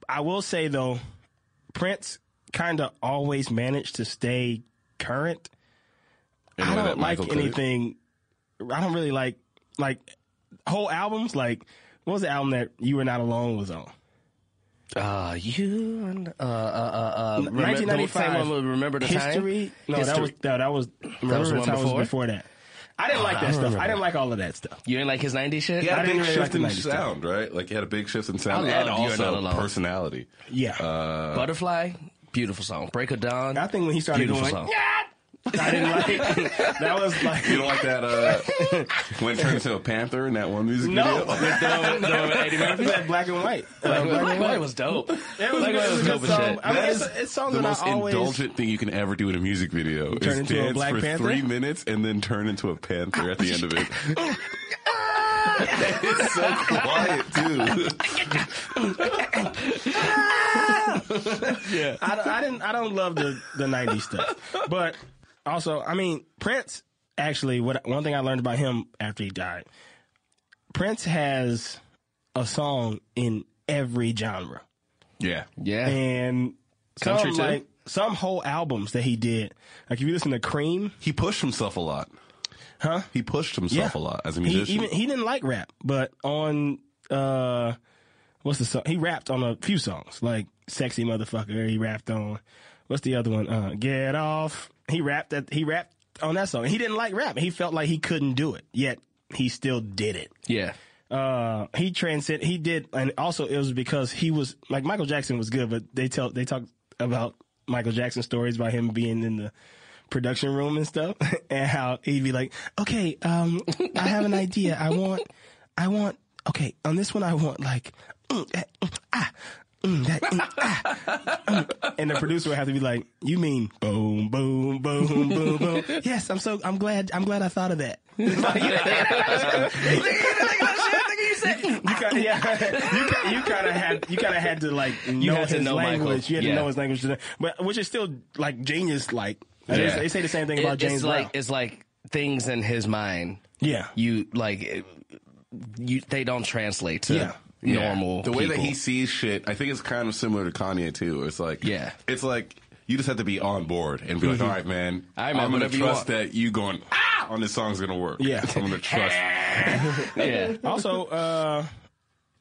B: I will say though, Prince kind of always managed to stay current.
C: In a
B: I
C: way
B: don't
C: that
B: like
C: Michael could.
B: anything. I don't really like, like whole albums. Like what was the album that You Were Not Alone was on?
D: uh, you and uh, uh, uh, uh, remember, the
B: 1995.
D: same one with remember the
B: History?
D: time.
B: No, that
D: History.
B: was no, that was remember
D: was the
B: the
D: one
B: time was
D: before? Ah,
B: before that. I didn't like
D: I
B: that
D: don't
B: stuff.
D: remember.
B: I didn't like all of that stuff.
D: You ain't like his '90s shit.
C: He had
B: I
C: a big
B: didn't really like
C: shift
B: the
C: in
B: 90s stuff.
C: sound, right? Like he had a big shift in sound
D: I
C: and
D: love You and
C: also
D: Alone.
C: personality.
B: Yeah,
D: Uh, Butterfly, beautiful song. Break of Dawn.
B: I think when he started
D: beautiful
B: going,
D: song.
B: I didn't like it. <laughs> That was like
C: You don't like that uh, when it turned into a panther in that one music
B: no.
C: video?
D: no, no, Eddie Murphy.
B: That black and white.
D: Black
B: Uh, black and
D: White
B: white.
D: was dope.
B: It
D: Black
B: was,
D: White
B: it was
D: was
B: a
D: dope
B: good
D: as
B: song.
D: shit.
B: I mean,
C: That
B: it's,
C: is
B: it's songs
C: the
B: that
C: most
B: I always
C: indulgent thing you can ever do in a music video. Turn is
B: into a
C: dance
B: Black
C: for
B: Panther?
C: three minutes and then turn into a panther at the end of
B: <laughs>
C: it.
B: Oh
C: it's so quiet too.
B: I, I didn't. I don't love the the '90s stuff, but also, I mean, Prince. Actually, what one thing I learned about him after he died, Prince has a song in every genre,
C: Yeah,
D: Yeah.
B: and
D: Country,
B: some
D: too?
B: like some whole albums that he did. Like if you listen to Cream,
C: he pushed himself a lot.
B: Huh?
C: He pushed himself
B: Yeah.
C: a lot as a
B: he
C: musician.
B: even he didn't like rap, but on uh, what's the song? He rapped on a few songs, like "Sexy Motherfucker." He rapped on what's the other one? Uh, "Get Off." He rapped that. He rapped on that song. He didn't like rap. He felt like he couldn't do it, yet he still did it.
D: yeah.
B: Uh, he transcend. He did, and also it was because he was like Michael Jackson was good, but they tell they talk about Michael Jackson stories about him being in the production room and stuff, <laughs> and how he'd be like, "Okay, um, I have an idea. I want, I want. Okay, on this one, I want like, mm, eh, mm, ah." mm, that, mm, ah, <laughs> mm." And the producer would have to be like, "You mean boom, boom, boom, boom, boom? Yes, I'm so I'm glad I'm glad I thought of that. You kind of, yeah, <laughs> you, ki- you kind of had you kind of had to like know
D: had
B: his
D: to know
B: language.
D: Michael.
B: You had
D: Yeah.
B: to know his language, to know- but which is still like genius. Like they-
D: Yeah.
B: they say the same thing
D: It-
B: about James
D: it's like
B: Brown.
D: it's like things in his mind. <laughs>
B: Yeah.
D: You like it- you they don't translate to
B: Yeah.
D: normal.
C: The way that
D: people.
C: he sees shit, I think it's kind of similar to Kanye too. It's like
D: Yeah.
C: it's like you just have to be on board and
B: Mm-hmm.
C: be like, all right, man,
D: All right, man,
C: I'm gonna
D: whatever you
C: trust
D: want."
C: that you going ah on this song's gonna work.
B: Yeah.
C: <laughs> I'm gonna trust.
B: <laughs>
D: yeah.
B: also, uh,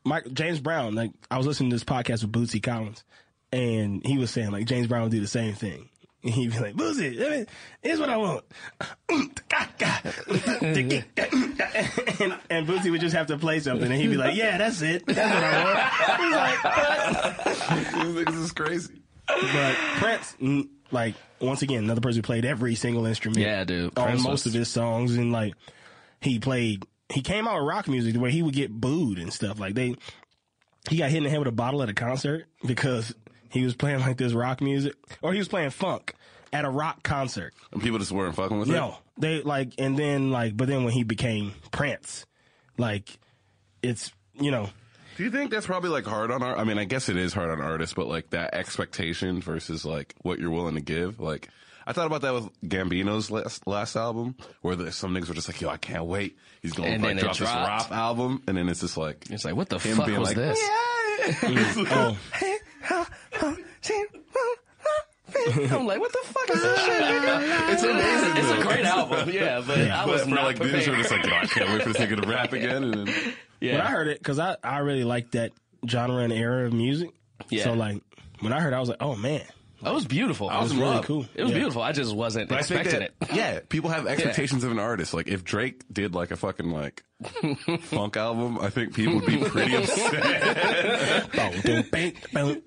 B: Mike James Brown. Like I was listening to this podcast with Bootsy Collins, and he was saying like James Brown would do the same thing. And he'd be like, Bootsy, I mean, here's what I want. <laughs> and, and Bootsy would just have to play something, and he'd be like, Yeah, that's it. That's what I want.
C: These niggas is crazy.
B: But Prince, mm, like once again, another person who played every single instrument.
D: Yeah, dude.
B: on
D: Prince
B: most
D: was-
B: of his songs, and like he played, he came out with rock music where he would get booed and stuff. Like they, he got hit in the head with a bottle at a concert because he was playing like this rock music, or he was playing funk at a rock concert.
C: And people just weren't fucking with it.
B: No, they like, and then like, but then when he became Prince, like it's you know,
C: Do you think that's probably like hard on art? I mean, I guess it is hard on artists, but like that expectation versus like what you're willing to give. Like, I thought about that with Gambino's last last album, where the, some niggas were just like, "Yo, I can't wait. He's going
D: And
C: to like,
D: then it
C: drop this
D: dropped.
C: rap album," and then it's just like, <laughs>
D: It's like what the
C: Him
D: fuck
C: being
D: was
C: like,
D: this? <laughs>
B: oh,
C: <laughs>
D: I'm like, what the fuck is this shit? nigga? It's amazing. It's a great album. Yeah, but I was
C: for
D: not
C: like dudes who are
D: prepared.
C: just like, "Yo, I can't wait for this nigga to rap again." And then,
D: yeah.
B: when I heard it, because I I really liked that genre and era of music.
D: Yeah.
B: So like when I heard, it, I was like, oh man,
D: That was beautiful. I
B: was
D: in
B: really
D: love.
B: cool.
D: It was
B: Yeah.
D: beautiful. I just wasn't
C: But I think
D: expecting
C: that-
D: it.
C: Yeah, people have expectations of an artist. Like if Drake did like a fucking like funk album, I think people would be pretty upset. <laughs>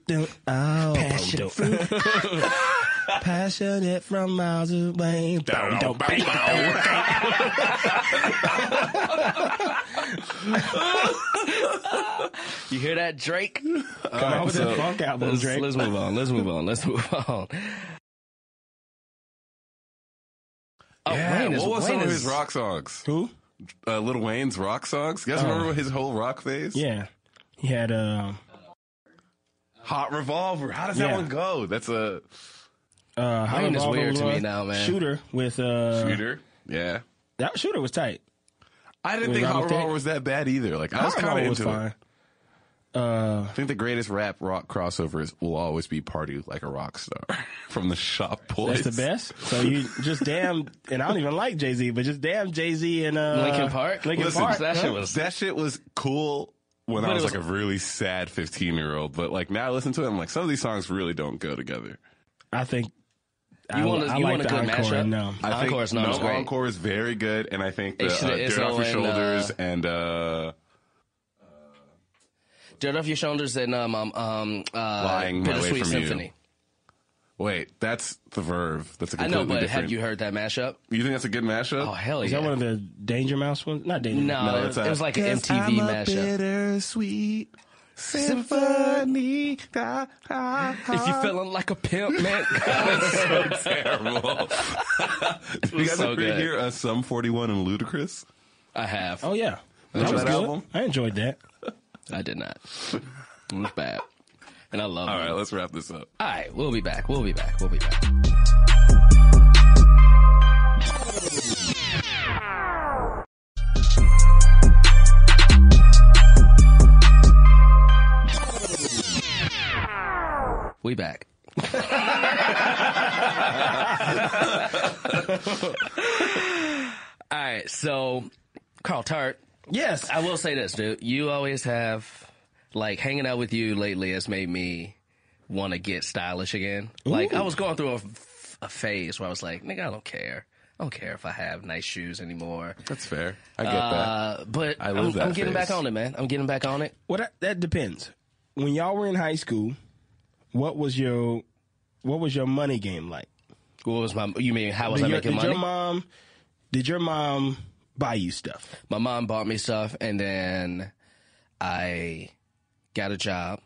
B: <laughs> Oh, passionate, from, <laughs> passionate from miles away.
D: You hear that, Drake?
B: Come out with that funk album,
D: Let's,
B: Drake.
D: let's move on. Let's move on. Let's <laughs> move on. Oh,
C: Yeah,
D: Wayne is,
C: what was
D: Wayne
C: some of
D: is-
C: his rock songs?
B: Who?
C: Uh, Little Wayne's rock songs. You guys remember his whole rock phase?
B: Oh. Yeah, he had uh,
C: Hot Revolver. How does
B: Yeah.
C: that one go? That's a
B: uh, Hot
D: Wayne is
B: Revolver
D: weird to me
B: was-
D: now, man.
B: Shooter with uh,
C: shooter. yeah.
B: that shooter was tight.
C: I didn't
B: Wait,
C: think Hot
B: Robert
C: Revolver
B: Thicke?
C: was that bad either. Like I was
B: Hot
C: kind of
B: Revolver was
C: into it.
B: fine. Uh,
C: I think the greatest rap rock crossover is will always be "Party Like a Rock Star" <laughs> from the Shop Boys.
B: that's the best. So you
D: <laughs>
B: just damn, and I don't even like Jay Z, but just damn Jay Z and uh,
D: Linkin Park?
B: Linkin
D: Listen,
B: Park.
D: that
B: huh?
D: shit was-
C: That shit was cool when
D: But
C: I
D: it
C: was,
D: was-
C: like a really sad 15 year old, but like now I listen to it, I'm like, some of these songs really don't go together.
B: I think.
D: You
B: I,
D: want a-
B: I
D: you
B: like
D: want a
B: the
D: good
B: encore,
D: mashup?
B: No,
C: I think
D: Encore is not
C: no,
D: as great.
C: Encore is very good, and I think the,
D: It should-
C: uh,
D: it's
C: Dirt Off Your
D: all in,
C: Shoulders
D: uh,
C: and uh,
D: Dirt off your shoulders and um um um uh,
C: Lying My Way
D: Bittersweet
C: From You.
D: Symphony.
C: wait, that's the Verve. That's a
D: I
C: completely
D: know, but
C: different.
D: have you heard that mashup?
C: You think that's a good mashup?
D: Oh hell
B: is
D: yeah!
B: that one of the Danger Mouse ones? Not Danger. Mouse.
D: no,
C: No,
D: it,
C: it's a-
D: was- it was like an
C: 'Cause
D: MTV
C: I'm a
D: mashup.
C: bittersweet <laughs>
D: symphony.
C: Da, da, da.
D: <laughs> If you're feeling like a pimp, man,
C: That's so <laughs> terrible. you guys
D: so
C: ever
D: good.
C: hear uh, Sum 41 and Ludacris?
D: <laughs> I have.
B: Oh yeah, that
C: Remember
B: was
C: that
B: good.
C: album?
B: I enjoyed that.
D: I did not. It was bad, and I love
C: All
D: it.
C: right, let's wrap this up.
D: All right, we'll be back. We'll be back. We'll be back. We back. All right, so Carl Tart,
B: Yes,
D: I will say this, dude. You always have like hanging out with you lately has made me want to get stylish again. Like I was going through a, a phase where I was like, nigga, I don't care. I don't care if I have nice shoes anymore.
C: That's fair. I get that.
D: Uh, but I
C: I
D: am
C: love that
D: I'm getting
C: phase.
D: back on it, man. I'm getting back on it.
B: Well, that, that depends. When y'all were in high school, what was your what was your money game like?
D: What was my? You mean how was
B: did
D: I
B: your,
D: making
B: did
D: money?
B: your mom did your mom buy you stuff?
D: my mom bought me stuff, and then I got a job,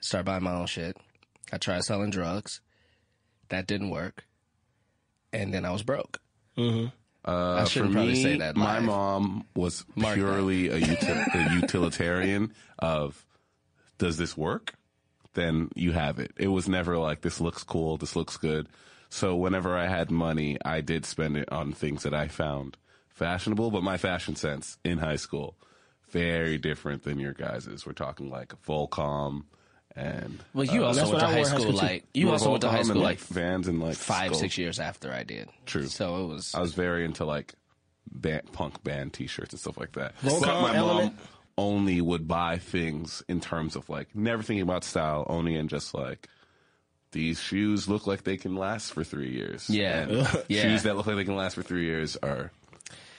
D: started buying my own shit. I tried selling drugs, that didn't work, and then I was broke.
C: Uh,
D: I shouldn't
C: for
D: probably
C: me,
D: say that
C: My
D: live.
C: mom was
D: <laughs> Mark that.
C: purely a,
D: <laughs>
C: uti- a utilitarian of does this work? Then you have it. It was never like this looks cool, this looks good. So whenever I had money, I did spend it on things that I found fashionable. But my fashion sense in high school, very different than your guys's. We're talking like Volcom and
D: Well, you
B: that's
D: also went
B: what
D: to
B: I
D: high
B: wore in high
D: school
B: school, too.
D: like you
C: were
D: also went to
C: Volcom
D: high
C: and,
D: school like
C: Vans and like
D: five,
C: Skull.
D: six years after I did.
C: True. Uh,
D: So it was.
C: I was very into like band, punk band T-shirts and stuff like that.
B: Volcom,
C: but my
B: Element.
C: mom only would buy things in terms of like never thinking about style, only in just like these shoes look like they can last for three years.
D: Yeah.
C: And
D: <laughs> Yeah.
C: shoes that look like they can last for three years are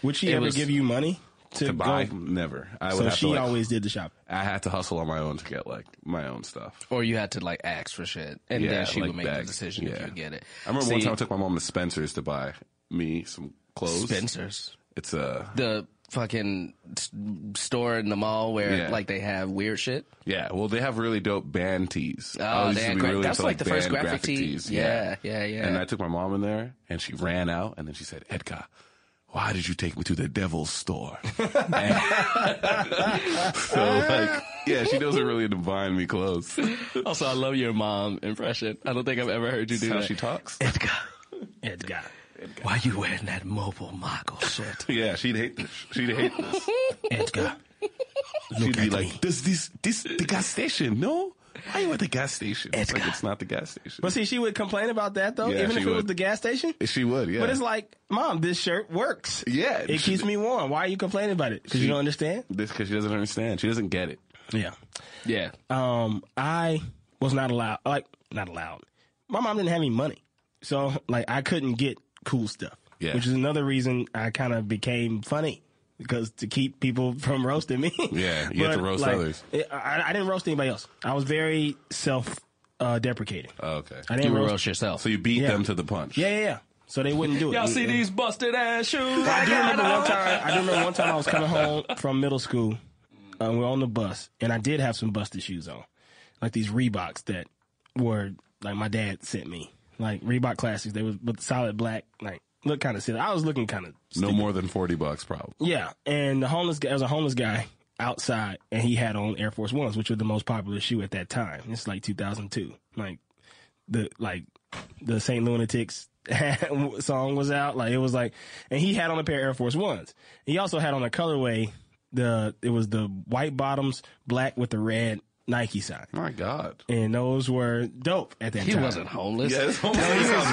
B: Would she
D: It
B: ever
D: was-
B: give you money to,
C: to buy.
B: Go?
C: Never. I would
B: So
C: have
B: she
C: to like,
B: always did the shop.
C: I had to hustle on my own to get like my own stuff.
D: or you had to like ask for shit, and
C: Yeah,
D: then she
C: like
D: would make the
C: bags.
D: decision if
C: Yeah.
D: you would get it.
C: I remember one
D: See,
C: time I took my mom to Spencer's to buy me some clothes.
D: Spencer's,
C: It's a
D: the fucking s- store in the mall where
C: Yeah.
D: like they have weird shit.
C: Yeah, well, they have really dope band tees. I
D: Oh,
C: always
D: they
C: used to
D: had
C: be
D: gra-
C: really
D: that's
C: into,
D: like the first
C: band
D: graphic tees. Yeah, yeah, yeah.
C: And I took my mom in there, and she ran out, and then she said, "Edka, why did you take me to the devil's store?" <laughs> And- so, like, yeah, she doesn't really define me clothes.
D: Also, I love your mom impression. I don't think I've ever heard you do
C: That's how
D: that.
C: she
D: <laughs>
C: talks.
B: Edgar.
D: Why you wearing that
C: <laughs>
D: mobile mogul shit?
C: Yeah, she'd hate this. She'd hate this.
B: <laughs> Edgar.
C: She'd be
B: at
C: like,
B: me.
C: "This, this, this, the gas station? No, why you at the gas station? It's like it's not the gas station."
B: But see, she would complain about that though,
C: Yeah,
B: even
C: she
B: if it was
C: would.
B: the gas station.
C: she would, yeah.
B: But it's like, mom, this shirt works.
C: Yeah,
B: It
C: she-
B: keeps me warm. Why are you complaining about it? Because you don't understand?
C: this because she doesn't understand. She doesn't get it.
B: Yeah.
D: Yeah,
B: Um, I was not allowed, like, not allowed. My mom didn't have any money. So, like, I couldn't get cool stuff.
C: Yeah.
B: Which is another reason I kind of became funny. Because to keep people from roasting me.
C: Yeah, you
B: <laughs>
C: have to
B: But,
C: roast
B: like,
C: others.
B: it- I, I didn't roast anybody else. I was very self uh, deprecating.
C: Oh, Okay.
B: I
D: you
B: didn't
D: were
B: roast.
D: roast yourself.
C: So you beat
B: Yeah.
C: them to the punch.
B: Yeah, yeah, yeah. So they wouldn't do it. Mm-mm.
D: busted ass shoes?
B: I do
D: <laughs>
B: remember one time. I do remember one time I was coming home from middle school. Um, we were on the bus, and I did have some busted shoes on, like these Reeboks that were like my dad sent me, like Reebok classics. They was but solid black, like look kind of silly. I was looking kind of
C: No more than 40 bucks, probably.
B: yeah. And the homeless guy there was a homeless guy outside, and he had on Air Force Ones, which were the most popular shoe at that time. It's like 2002, like the like the Saint Lunatics <laughs> song was out. Like it was like, and he had on a pair of Air Force Ones. He also had on a colorway. The it was the white bottoms, black with the red Nike sign,
C: My God.
B: and those were dope at that
D: He
B: time.
D: wasn't homeless.
C: <laughs> Yeah, this whole place is balling
B: <laughs>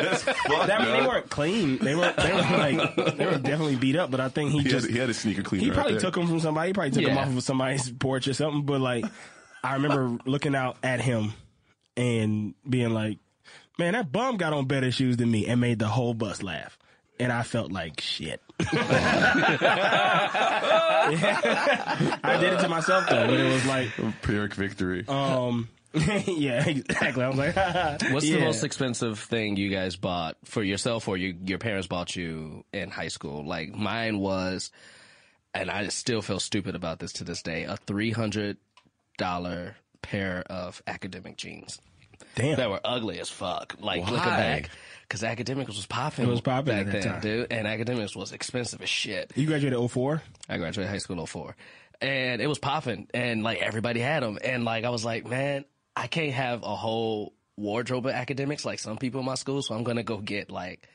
C: as fuck.
B: That- they
C: dog.
B: weren't clean. They were they were like they were definitely beat up. But I think he
C: He had,
B: just
C: he had a sneaker cleaner.
B: He
C: right
B: probably
C: there.
B: took them from somebody. He probably took them
D: Yeah.
B: off of somebody's porch or something. But like, I remember looking out at him and being like, "Man, that bum got on better shoes than me," and made the whole bus laugh. And I felt like shit. <laughs> I did it to myself though, but it was like,
C: Pyrrhic victory.
B: um, <laughs> yeah, exactly. I was like, <laughs>
D: What's
B: yeah.
D: the most expensive thing you guys bought for yourself or you, your parents bought you in high school? Like mine was, and I still feel stupid about this to this day, a $300 pair of academic jeans
B: damn?
D: that were ugly as fuck. Like
C: Why?
D: looking back. Cause academics was popping.
B: It was popping
D: back
B: at that
D: then,
B: time.
D: dude. And academics was expensive as shit.
B: you graduated 04?
D: I graduated high school in 04. And it was popping and like everybody had them. And like I was like, man, I can't have a whole wardrobe of academics like some people in my school. So I'm going to go get like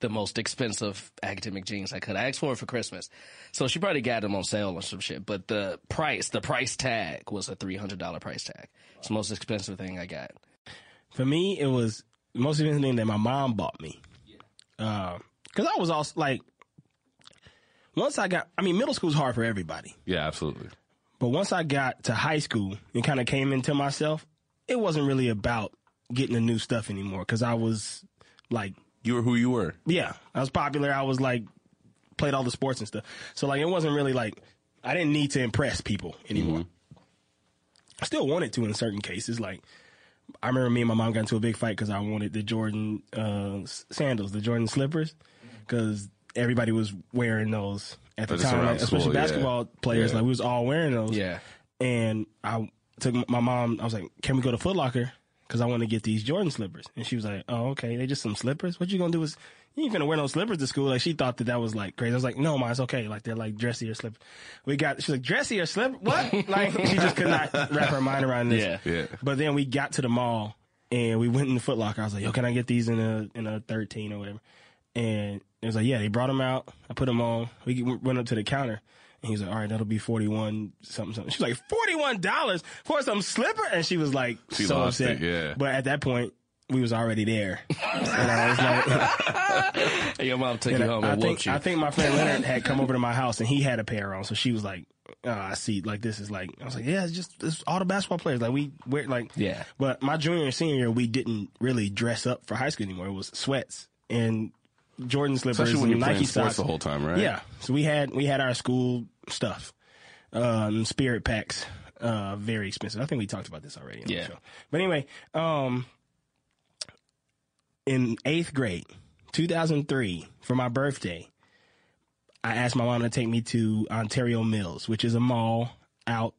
D: the most expensive academic jeans I could. I asked for it for Christmas. So she probably got them on sale or some shit. But the price, the price tag was a $300 price tag. It's the most expensive thing I got.
B: For me, it was most of anything that my mom bought me. Because I was also like, once I got, I mean, middle school's hard for everybody.
C: yeah, absolutely.
B: But once I got to high school and kind of came into myself, it wasn't really about getting the new stuff anymore. Because I was like,
C: You were who you were.
B: yeah, I was popular. I was like, played all the sports and stuff. So like, it wasn't really like, I didn't need to impress people anymore.
C: Mm-hmm.
B: I still wanted to in certain cases. Like, I remember me and my mom got into a big fight because I wanted the Jordan uh, s- sandals, the Jordan slippers, because everybody was wearing those at the
C: Or just
B: time,
C: Mm-hmm. around
B: like, especially
C: school, yeah.
B: basketball players.
C: Yeah.
B: Like, we was all wearing those.
D: Yeah.
B: And I took m- my mom. I was like, "Can we go to Foot Locker? Because I want to get these Jordan slippers." And she was like, "Oh, okay. They just some slippers. What you gonna do is you ain't gonna wear no slippers to school." Like she thought that that was like crazy. I was like, "No, ma, it's okay. Like they're like dressy or slippers." We got. She's like, "Dressy or slipper? What?" like she just could not wrap her mind around this.
D: Yeah.
C: Yeah.
B: But then we got to the mall and we went in the Foot Locker. I was like, "Yo, can I get these in a in a 13 or whatever?" And it was like, "Yeah." They brought them out. I put them on. We went up to the counter, and he was like, "All right, that'll be 41 something something." She was like, 41 dollars for some slipper," and she was like,
C: She
B: so
C: lost it,
B: upset.
C: yeah.
B: But at that point, we was already there, and I was like.
D: Hey, your mom took
B: And
D: you
B: I-
D: home
B: I
D: and
B: think
D: whooped you.
B: I think my friend Leonard had come over to my house and he had a pair on, so she was like, oh, "I see, like this is like." I was like, "Yeah, it's just it's all the basketball players. Like we wear like
D: Yeah.
B: But my junior and senior, year, we didn't really dress up for high school anymore. It was sweats and Jordan slippers
C: Especially when you're
B: and Nike
C: playing sports
B: socks
C: the whole time, right?
B: yeah. So we had we had our school stuff, um, spirit packs, uh, very expensive. I think we talked about this already. On
D: Yeah.
B: The show. But anyway, um, in eighth grade, 2003, for my birthday, I asked my mom to take me to Ontario Mills, which is a mall out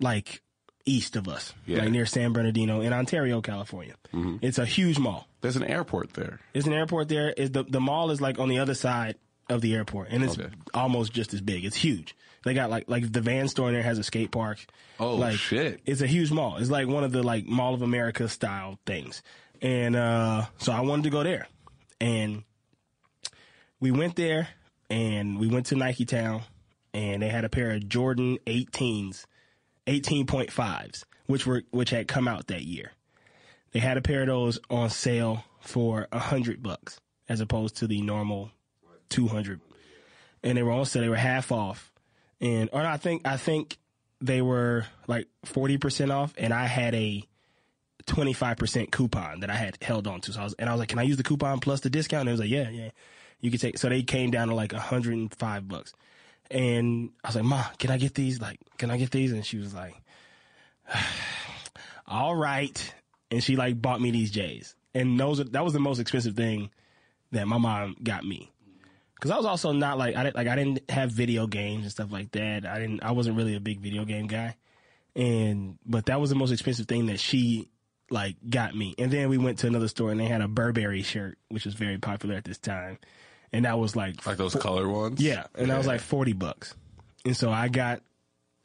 B: like east of us,
C: Yeah. Mm-hmm.
B: like near San Bernardino in Ontario, California. It's a huge mall.
C: There's an airport there.
B: There's an airport there. Is the the mall is like on the other side of the airport, and it's
C: Okay.
B: almost just as big. It's huge. They got like like the van store in there has a skate park.
C: Oh,
B: like,
C: shit.
B: It's a huge mall. It's like one of the like Mall of America style things, and uh, so I wanted to go there, and we went there, and we went to Nike Town, and they had a pair of Jordan 18s, 18.5s, which were which had come out that year. They had a pair of those on sale for a hundred bucks as opposed to the normal two hundred. And they were on sale, they were half off. And or I think I think they were like forty percent off and I had a twenty five percent coupon that I had held on to. So I was and I was like, Can I use the coupon plus the discount? And it was like, Yeah, yeah. You can take so they came down to like hundred and five bucks. And I was like, Ma, can I get these? Like, can I get these? And she was like, <sighs> all right. And she like bought me these J's. And those are- that was the most expensive thing that my mom got me. Cause I was also not like I didn't like I didn't have video games and stuff like that. I didn't I wasn't really a big video game guy. And but that was the most expensive thing that she like got me. And then we went to another store and they had a Burberry shirt, which was very popular at this time. And that was like
C: Like those color ones?
B: yeah, and I was like forty bucks, and so I got,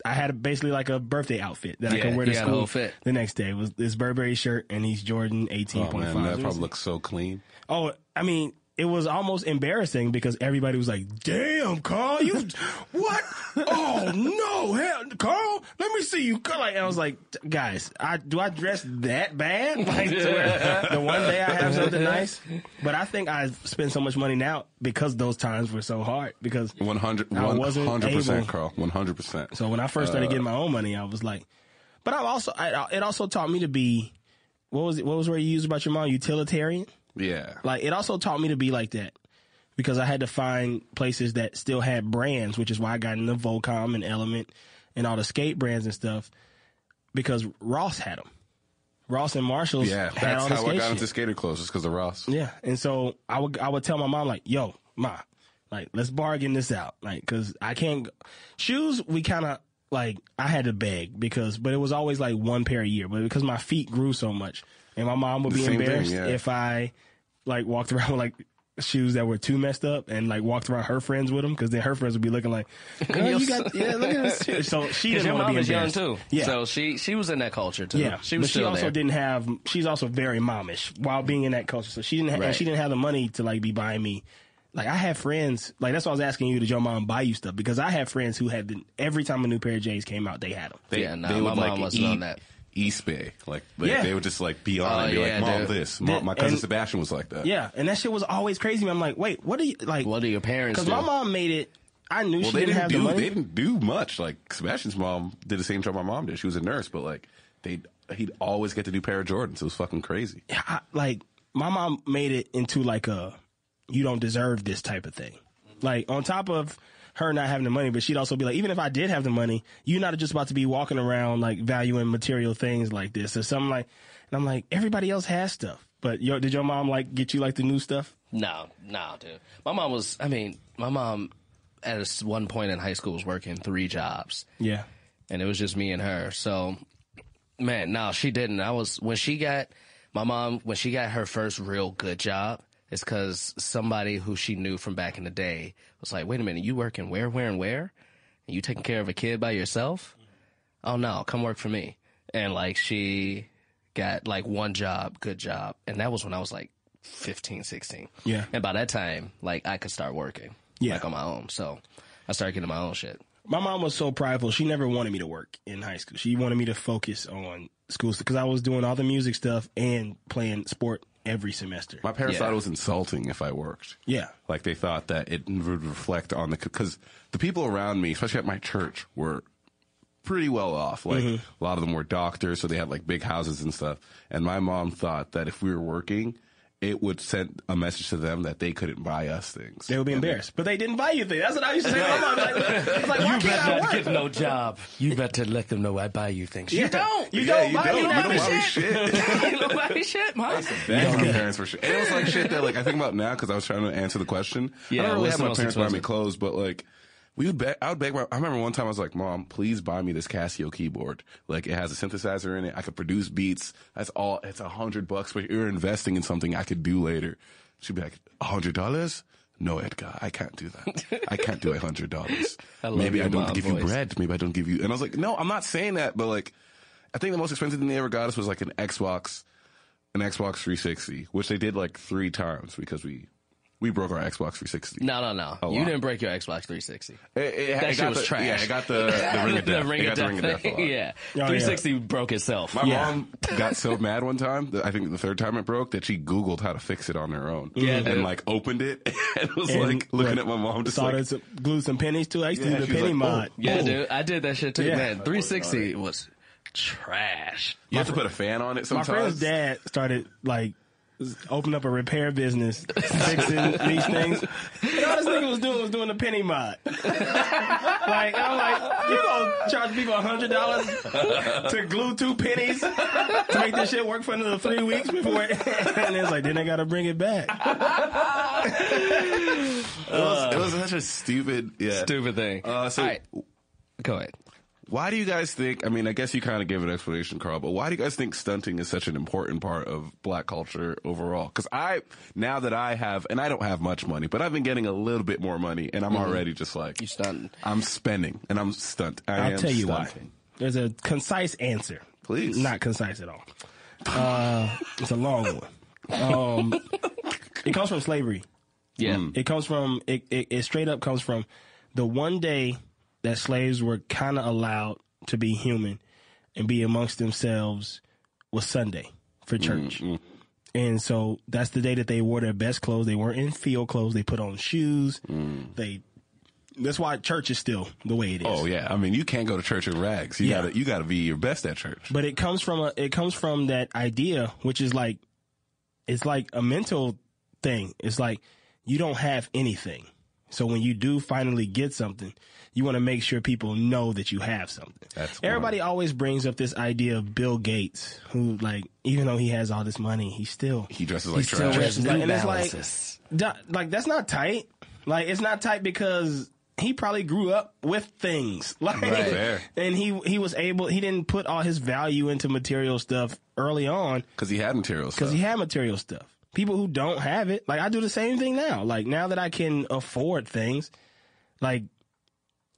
B: I had basically like a birthday outfit that I
D: Yeah,
B: could wear to
D: you had a
B: school
D: whole fit.
B: the next day. It was this Burberry shirt and these Jordan eighteen
C: Oh,
B: point
C: man,
B: five.
C: that probably looks so clean.
B: Oh, I mean, it was almost embarrassing because everybody was like, "Damn, Carl, you what? Oh no, hell, Carl, let me see you." Carl. Like, and I was like, "Guys, I do I dress that bad? Like, to where the one day I have something nice." But I think I spend so much money now because those times were so hard. Because
C: 100,
B: I wasn't
C: 100%,
B: able-
C: Carl. 100%.
B: so when I first
C: Uh,
B: started getting my own money, I was like, but I also I, it also taught me to be what was it? What was where you used about your mom? Utilitarian.
C: yeah.
B: Like it also taught me to be like that because I had to find places that still had brands, which is why I got into Volcom and Element and all the skate brands and stuff because Ross had them. Ross and Marshalls
C: yeah,
B: had
C: that's
B: all the
C: how
B: skate
C: I got
B: shit.
C: into skater clothes, just because of Ross.
B: Yeah, and so I would I would tell my mom like, "Yo, ma, like let's bargain this out, like, cause I can't go. shoes. We kind of like I had to beg because, but it was always like one pair a year. But because my feet grew so much, and my mom would
C: The
B: be
C: same thing,
B: embarrassed
C: yeah.
B: if I like walked <laughs> around with like shoes that were too messed up and like walked around her friends with them because then her friends would be looking like, "Girl,
D: your
B: you got
D: s-
B: yeah, look at this." shoe." So she
D: Because
B: didn't
D: your
B: want to
D: mom
B: be
D: is young
B: embarrassed
D: too,
B: Yeah.
D: so she she was in that culture too.
B: Yeah,
D: she was
B: but she
D: still
B: also
D: there.
B: didn't have. She's also very mommish while being in that culture, so she didn't. Ha-
D: Right.
B: and she didn't have the money to like be buying me. Like I had friends. Like that's why I was asking you to your mom buy you stuff because I had friends who had been every time a new pair of J's came out, they had them.
C: They,
D: Yeah, no,
C: they
D: my
C: would,
D: mom
C: like,
D: wasn't
C: eat
D: on that.
C: East Bay, like they,
B: Yeah.
C: they would just like be on
D: Oh,
C: it and be
D: yeah,
C: like, "Mom,
D: dude.
C: this." Mom, my
B: And-
C: cousin Sebastian was like that.
B: Yeah, and that shit was always crazy. I'm like, wait, what do you like?
D: What do your parents
B: Because
D: do?
B: my mom made it. I knew
C: Well,
B: she
C: they
B: didn't,
C: didn't
B: have
C: do
B: the money.
C: they didn't do much. Like Sebastian's mom did the same job my mom did. She was a nurse, but like they he'd always get the new pair of Jordans. It was fucking crazy.
B: I, like my mom made it into like a you don't deserve this type of thing. Like on top of her not having the money, but she'd also be like, even if I did have the money, you're not just about to be walking around like valuing material things like this or something like. And I'm like, everybody else has stuff, but yo, did your mom like get you like the new stuff?
D: No, no, dude. My mom was. I mean, my mom at s- one point in high school was working three jobs,
B: Yeah,
D: and it was just me and her. So, man, no, she didn't. I was when she got my mom when she got her first real good job. It's because somebody who she knew from back in the day was like, "Wait a minute, you working where, where, and where? And you taking care of a kid by yourself? Oh no, come work for me." And like she got like one job, good job. And that was when I was like 15, 16.
B: Yeah.
D: And by that time, like I could start working.
B: Yeah.
D: Like on my own. So I started getting my own shit.
B: my mom was so prideful. She never wanted me to work in high school. She wanted me to focus on school because I was doing all the music stuff and playing sport every semester.
C: My parents
D: Yeah.
C: thought it was insulting if I worked.
B: yeah.
C: Like they thought that it would reflect on the because the people around me, especially at my church, were pretty well off. Like a
B: Mm-hmm.
C: lot of them were doctors, so they had like big houses and stuff. And my mom thought that if we were working, it would send a message to them that they couldn't buy us things.
B: They would be
C: And
B: embarrassed, but they didn't buy you things. That's what I used to say. to my mom. Like, I was like, why
D: You
B: can't
D: better not
B: I
D: get
B: work?
D: no job. You better let them know I buy you things.
B: Yeah.
D: You don't.
B: You
C: Yeah,
B: don't buy
C: you
B: me
C: don't, you
B: nothing.
C: don't buy me
D: <laughs>
C: shit.
D: you don't buy me shit, mom.
C: That's my parents for sure. And it was like shit that like I think about now because I was trying to answer the question.
D: Yeah,
C: I don't really
D: what's
C: have
D: the
C: my
D: most
C: parents buy me
D: expensive?
C: clothes, but like we would beg. I would beg. My, I remember one time I was like, "Mom, please buy me this Casio keyboard. Like it has a synthesizer in it. I could produce beats. That's all. It's a hundred bucks, but you're investing in something I could do later." She'd be like, "A hundred dollars." No, Edgar, I can't do that. I can't do a hundred dollars.
D: I love
C: Maybe
D: your
C: I don't
D: mom
C: give you
D: voice.
C: bread. Maybe I don't give you. And I was like, no, I'm not saying that. But like, I think the most expensive thing they ever got us was like an Xbox an Xbox 360, which they did like three times because we we broke our Xbox 360.
D: No, no, no.
C: Oh,
D: you
C: wow.
D: didn't break your Xbox 360.
C: it, it- it
D: That shit
C: got
D: was
C: the,
D: trash.
C: Yeah, it
D: <laughs>
C: got the, the ring of death.
D: The ring
C: It got
D: of
C: the ring of
D: death.
C: death.
D: <laughs>
C: a lot.
D: yeah.
B: yeah.
D: 360 broke itself.
C: My
B: Yeah.
C: mom got so mad one time, that I think the third time it broke, that she Googled how to fix it on her own.
D: Yeah, dude.
C: and like opened it <laughs> and was
B: And,
C: like looking
B: like,
C: at my mom, just like,
B: Soldered some, glued some pennies too. I used to
C: Yeah,
B: do the
C: she was
B: penny
C: like,
B: mod.
C: oh,
D: yeah,
C: oh.
D: dude. I did that shit too,
B: Yeah.
D: man. 360 was trash.
C: you have to put a fan on it
B: My
C: sometimes.
B: friend's dad started like opened up a repair business, fixing these things. And all this nigga was doing was doing the penny mod. like I'm like, you gonna charge people hundred dollars to glue two pennies to make this shit work for another three weeks before? <laughs> and it's like, then I gotta bring it back.
C: It was, it was such a stupid, yeah.
D: Stupid thing.
C: Uh, so
D: All right. Go ahead.
C: Why do you guys think? I mean, I guess you kind of gave an explanation, Carl, but why do you guys think stunting is such an important part of black culture overall? Because I, now that I have, and I don't have much money, but I've been getting a little bit more money, and I'm
B: Mm-hmm.
C: already just like,
D: You stunned.
C: I'm spending, and I'm stunt. I
B: I'll
C: am
B: tell you
C: stunting.
B: why. There's a concise answer.
C: Please.
B: Not concise at all. Uh, it's a long one. Um, it comes from slavery.
D: Yeah.
B: It comes from it, it. It straight up comes from the one day that slaves were kind of allowed to be human and be amongst themselves was Sunday for church.
C: Mm-hmm.
B: And so that's the day that they wore their best clothes. They weren't in field clothes. They put on shoes.
C: Mm.
B: They. That's why church is still the way it is.
C: Oh yeah, I mean, you can't go to church in rags. You
B: Yeah.
C: gotta, you gotta be your best at church.
B: but it comes from a it comes from that idea which is like it's like a mental thing it's like you don't have anything so when you do finally get something you want to make sure people know that you have something
C: That's
B: everybody always brings up this idea of bill gates who like even though he has all this money he still
C: He dresses like
D: Still
C: trash.
D: wears
B: Trash.
D: New
B: And it's like-
D: Balances.
B: Da- like that's not tight. Like it's not tight because he probably grew up with things. <laughs> Like
C: Right. Fair.
B: and he he was able he didn't put all his value into material stuff early on
C: Because he had material stuff.
B: because he had material stuff. People who don't have it, like I do the same thing now. Like now that I can afford things, like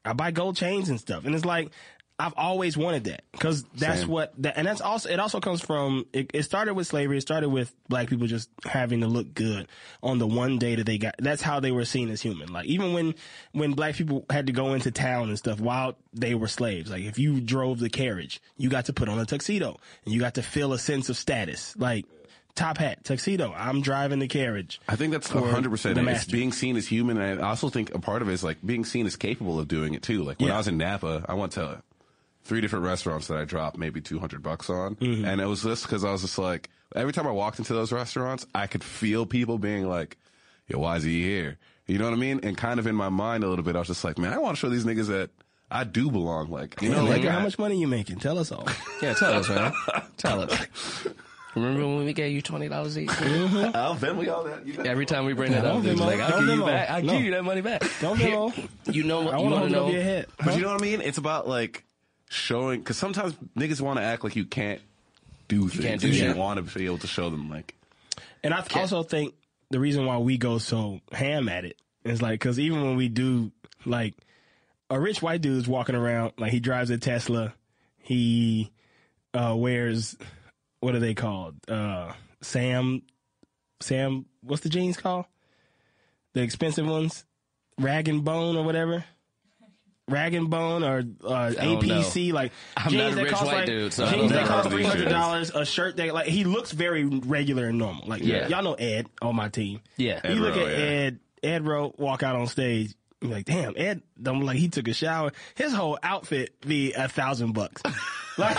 B: I buy gold chains and stuff, and it's like I've always wanted that because that's
C: Same.
B: what that, and that's also it also comes from it, it started with slavery. It started with black people just having to look good on the one day that they got. That's how they were seen as human. Like even when when black people had to go into town and stuff while they were slaves. Like if you drove the carriage, you got to put on a tuxedo and you got to feel a sense of status. Like top hat, tuxedo. I'm driving the carriage.
C: I think that's
B: for
C: 100%
B: the
C: it. It's
B: master.
C: being seen as human. And I also think a part of it is like being seen as capable of doing it too. Like when
B: Yeah.
C: I was in Napa, I went to three different restaurants that I dropped maybe 200 bucks on.
B: Mm-hmm.
C: And it was just because I was just like, every time I walked into those restaurants, I could feel people being like, yo, why is he here? You know what I mean? And kind of in my mind a little bit, I was just like, man, I want to show these niggas that I do belong. Like, you know,
B: Like,
C: like,
B: how
C: I-
B: much money you making? Tell us all.
D: Yeah, tell us, man. tell us. Remember when we gave you $20 each?
C: I'll Venmo y'all that. You know?
D: Every time we bring that
B: Don't
D: up, it's
B: Venmo.
D: like, I'll
B: Don't
D: give you
B: Venmo.
D: back. I'll
B: No.
D: give you that money back.
B: Don't
D: Here-
B: Venmo.
D: <laughs> You know what?
B: I
D: You want
B: want to
D: to
B: hold it
D: know?
B: over your head.
C: But you know what I mean? It's about like showing because sometimes niggas want to act like you can't do things. You,
D: can't do
C: should
D: shit.
C: want to be able to show them like
B: And I th- also think the reason why we go so ham at it is like because even when we do like a rich white dude's walking around like he drives a Tesla, he uh, wears what are they called? Uh, Sam, Sam, what's the jeans called? The expensive ones, Rag and Bone or whatever. Rag and Bone or uh,
D: don't know.
B: APC, like
D: I'm
B: jeans
D: not a
B: that
D: rich
B: cost
D: white
B: like
D: dude, so I
B: jeans
D: don't
B: that
D: know
B: cost
C: about
B: three
C: these
B: hundred dollars. A shirt that like he looks very regular and normal. Like
D: Yeah.
B: y'all know Ed on my team.
D: Yeah.
C: Ed
B: you look
C: Rowe,
B: at
C: yeah.
B: Ed Ed Rowe walk out on stage. You're like, damn, Ed, I'm like, he took a shower. His whole outfit be a thousand bucks. <laughs> Like,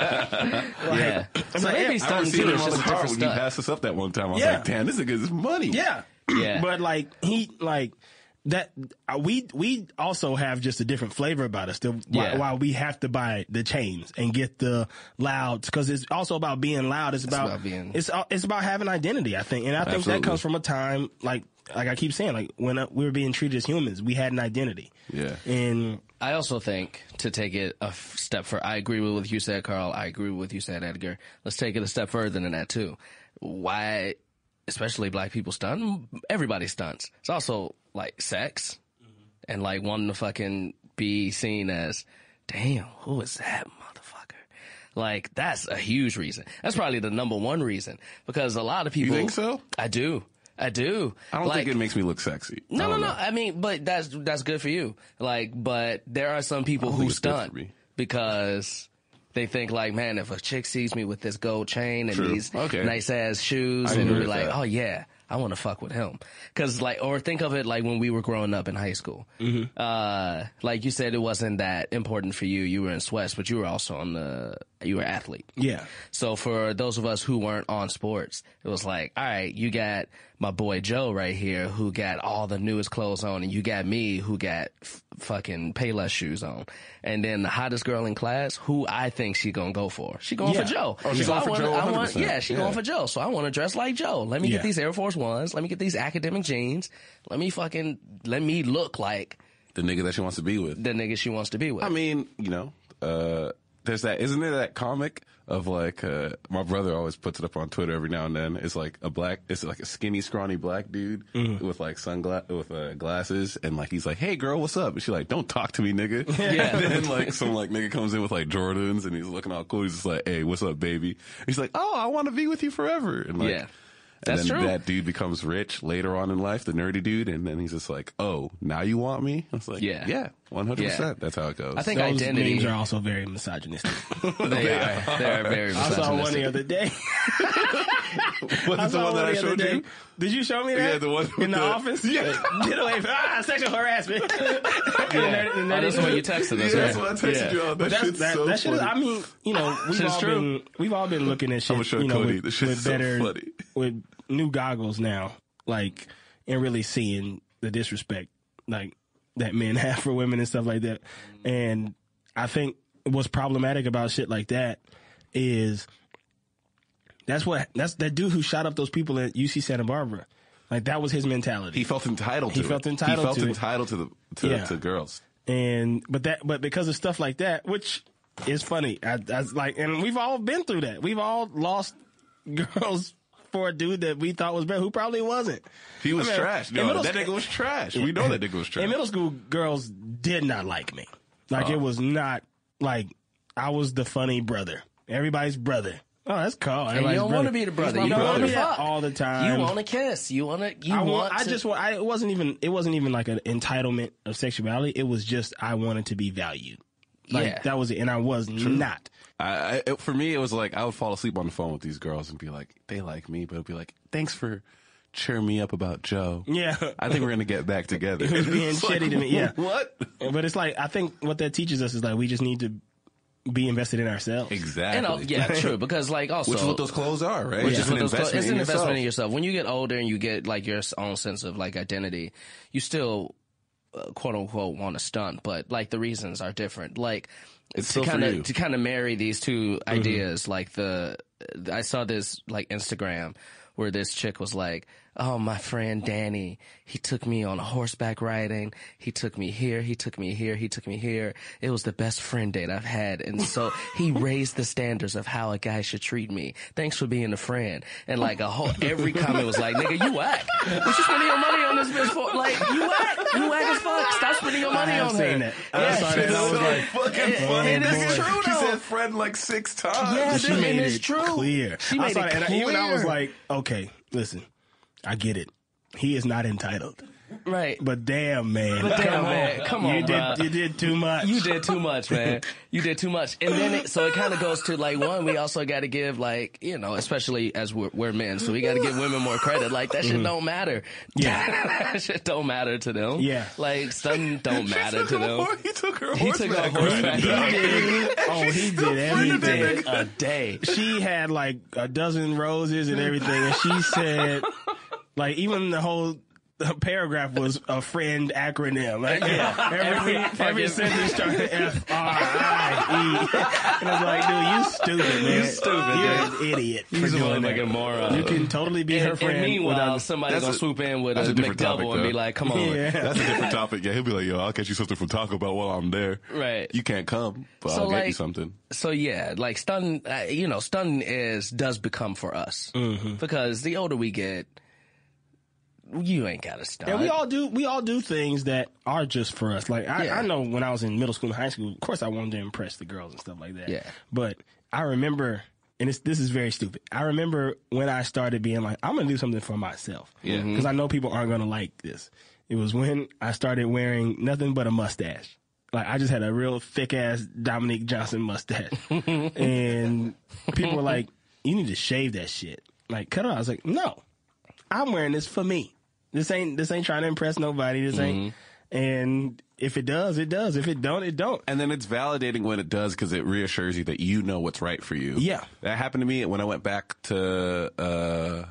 D: yeah. So
B: like,
D: maybe
B: yeah,
D: he's
C: I
D: starting
C: seen
D: to
C: him
D: it's
C: on the
D: just a
C: car
D: different
C: when you
D: stuff.
C: passed us up that one time. I was
B: Yeah.
C: like, damn, this nigga's money.
B: yeah.
D: Yeah.
B: But like, he, like, that, uh, we, we also have just a different flavor about us. The, why,
D: Yeah.
B: why we have to buy the chains and get the louds. Cause it's also about being loud. It's about,
D: about being-
B: it's, uh, it's about having identity, I think. And I think that
C: Absolutely.
B: comes from a time, like, like I keep saying, like when uh, we were being treated as humans, we had an identity.
C: Yeah.
B: And
D: I also think to take it a f- step further, I agree with what you said, Carl. I agree with what you said, Edgar. Let's take it a step further than that too. Why, especially black people stunt? Everybody stunts. It's also like sex and like wanting to fucking be seen as, damn, who is that motherfucker? Like that's a huge reason. That's probably the number one reason because a lot of people.
C: think so?
D: I do. I do.
C: I don't
D: Like-
C: think it makes me look sexy. I
D: no, no,
C: don't
D: no.
C: know.
D: I mean, but that's that's good for you. Like, but there are some people
C: think
D: who
C: it's good for
D: stunt
C: me.
D: because they think like, man, if a chick sees me with this gold chain and
C: True.
D: these
C: Okay.
D: nice ass shoes,
C: I
D: and
C: agree
D: be
C: with
D: like,
C: that.
D: oh yeah, I want to fuck with him. Because like, or think of it like when we were growing up in high school.
C: Mm-hmm.
D: Uh, like you said, it wasn't that important for you. You were in sweats, but you were also on the you were an athlete.
B: yeah.
D: So for those of us who weren't on sports, it was like, all right, you got my boy Joe right here who got all the newest clothes on and you got me who got f- fucking Payless shoes on. And then the hottest girl in class, who I think she gonna go for. She going
B: Yeah.
D: for Joe.
C: Oh, she
D: So
C: going
D: I
C: for
D: wanna-
C: Joe
D: I want-
C: 100%.
D: yeah, she
C: Yeah.
D: going for Joe. So I want to dress like Joe. Let me
B: Yeah.
D: get these Air Force Ones. Let me get these academic jeans. Let me fucking, let me look like
C: The nigga that she wants to be with.
D: the nigga she wants to be with.
C: I mean, you know, uh, there's that, isn't there that comic of like, uh, my brother always puts it up on Twitter every now and then. It's like a black, it's like a skinny, scrawny black dude
D: Mm-hmm.
C: with like sunglass, with uh, glasses. And like, he's like, Hey girl, what's up? And she's like, don't talk to me, nigga.
D: <laughs> Yeah.
C: and then like some like nigga comes in with like Jordans and he's looking all cool. He's just like, Hey, what's up, baby? And he's like, Oh, I want to be with you forever. And like,
D: Yeah.
C: and
D: That's
C: then
D: true.
C: that dude becomes rich later on in life, the nerdy dude, and then he's just like, "Oh, now you want me?" I was like,
D: Yeah.
C: "Yeah, one hundred
D: Yeah.
C: percent. That's how it goes."
D: I think
B: Those
D: identity.
B: memes are also very
D: <laughs>
B: misogynistic.
D: they are. They
C: <laughs>
D: are very
B: I saw
D: misogynistic.
B: one the other day.
C: was
B: I
C: it the
B: saw
C: one that I
B: the other
C: showed
B: day.
C: you.
B: Did you show me that?
C: Yeah, the one
B: in
C: with
B: the,
C: the-
B: office. <laughs>
C: Yeah.
B: Get away from ah, sexual harassment. <laughs>
D: Yeah. Oh, that's the one you texted
C: Yeah,
D: us.
C: that's
D: right?
C: what I texted
D: Yeah.
C: you. All. That
B: That's,
C: shit's
B: that,
C: so
B: that shit is,
C: funny.
B: I mean,
C: <laughs>
B: you know, we've
D: Shit's
B: all
D: true.
B: been we've all been looking at shit.
C: gonna show
B: you know,
C: Cody.
B: with,
C: This shit's
B: with
C: so
B: better
C: funny.
B: with new goggles now, like and really seeing the disrespect like that men <laughs> have for women and stuff like that. And I think what's problematic about shit like that is that's what that's that dude who shot up those people at UC Santa Barbara. Like that was his mentality.
C: he felt entitled.
B: He
C: to
B: felt
C: it.
B: entitled
C: He felt
B: to it.
C: entitled to the to,
B: Yeah.
C: to girls.
B: and but that but because of stuff like that, which is funny, I, I like, and we've all been through that. We've all lost <laughs> girls for a dude that we thought was better, who probably wasn't.
C: He was
B: I mean,
C: trash.
B: in
C: No,
B: middle
C: that
B: school-
C: nigga was trash. We know that nigga was trash. Uh.
B: In middle school, girls did not like me. Like it was not like I was the funny brother, everybody's brother. Oh, that's cool.
D: And you don't want to be the brother. You
B: don't
D: want
B: wanna
D: to
B: be that
D: fuck
B: all the time.
D: You want to kiss. You want to. You
B: I,
D: want.
B: want, I
D: to-
B: just want. I, it wasn't even. It wasn't even like an entitlement of sexuality. It was just I wanted to be valued. Like
D: Yeah.
B: that was it, and I was not.
C: I, I, it- for me, it was like I would fall asleep on the phone with these girls and be like, "They like me," but it'd be like, "Thanks for cheering me up about Joe."
B: Yeah.
C: I think we're gonna get back together. <laughs>
B: He was being
C: It's
B: shitty to me, yeah.
C: <laughs> What?
B: But it's like I think what that teaches us is like we just need to be invested in ourselves.
C: Exactly.
D: And I'll- yeah, true. Because like also,
C: Which is what those clothes are, right?
D: which
C: It's
D: is what those clothes- it's an investment in
C: yourself.
D: yourself. When you get older and you get like your own sense of like identity, you still uh, quote unquote want to stunt, but like the reasons are different. Like
C: It's
D: to
C: still for
D: kind
C: you.
D: of to kind of marry these 2
B: Mm-hmm.
D: ideas, like the I saw this like Instagram where this chick was like, oh, my friend Danny, he took me on horseback riding. He took me here. He took me here. He took me here. It was the best friend date I've had. And
B: <laughs>
D: so he raised the standards of how a guy should treat me. Thanks for being a friend. And like a whole, every comment was like, nigga, you whack. What you spending your money on this bitch for? Like, you whack. You whack as fuck. Stop spending your money
B: have
D: on
B: seen
D: her.
B: it. I saw that and I was
D: so-
B: like,
C: fucking
D: it-
C: funny.
D: it is
C: boy.
D: true,
C: He
D: though.
C: said friend like six times.
D: Yeah,
B: She
D: dude,
B: made
D: and
B: it
D: it's true.
B: clear.
D: She
B: I
D: made
B: saw
D: it
B: that, and I- even I was
D: clear.
B: like, okay, listen, I get it. He is not entitled,
D: Right.
B: but damn, man,
D: But damn,
B: come
D: man,
B: on,
D: come
B: <laughs> you
D: on,
B: did,
D: bruh.
B: you did too much. <laughs>
D: You did too much, man. You did too much. And then, it, so it kind of goes to like one, we also got to give like, you know, especially as we're, we're men, so we got to give women more credit. Like that shit don't matter.
B: Yeah.
D: <laughs> that shit don't matter to them.
B: Yeah.
D: Like something don't matter to them.
C: He took her
D: He took her horseback.
B: He did. Oh, he did
D: He
B: everything.
D: did a day.
B: she had like a dozen roses and everything, and she said, like, even the whole paragraph was a friend acronym. Like, every, every,
D: fucking-
B: sentence started F R I E. <laughs> And I was like, dude, you stupid, man. You
D: stupid,
B: You're an idiot.
D: He's
B: for
D: a
B: doing
D: motherfucking
B: that.
D: moron.
B: You can totally be her
D: And,
B: friend.
D: and meanwhile,
B: without-
D: somebody's
C: that's
D: gonna
C: a-
D: swoop in with a,
C: that's a
D: McDouble
C: different topic,
D: and
C: though.
D: be like, "Come on,
B: <laughs> Yeah.
C: That's a different topic. Yeah, he'll be like, "Yo, I'll get you something from Taco Bell while I'm there."
D: Right.
C: You can't come, but
D: So,
C: I'll get you
D: like-
C: something.
D: so yeah, like stun, uh, you know, stun is does become for us
C: Mm-hmm.
D: because the older we get, you ain't got to stun.
B: And we all do we all do things that are just for us. Like I,
D: Yeah.
B: I know when I was in middle school and high school, of course I wanted to impress the girls and stuff like that.
D: Yeah.
B: But I remember and it's, this is very stupid. I remember when I started being like, I'm gonna do something for myself. Yeah. Because I know people aren't gonna like this. It was when I started wearing nothing but a mustache. Like I just had a real thick ass Dominic Johnson mustache. and people were like, You need to shave that shit. Like cut it off. I was like, No. I'm wearing this for me. This ain't this ain't trying to impress nobody. This ain't. And if it does, it does. If it don't, it don't.
C: And then it's validating when it does because it reassures you that you know what's right for you.
B: Yeah.
C: That happened to me when I went back to uh,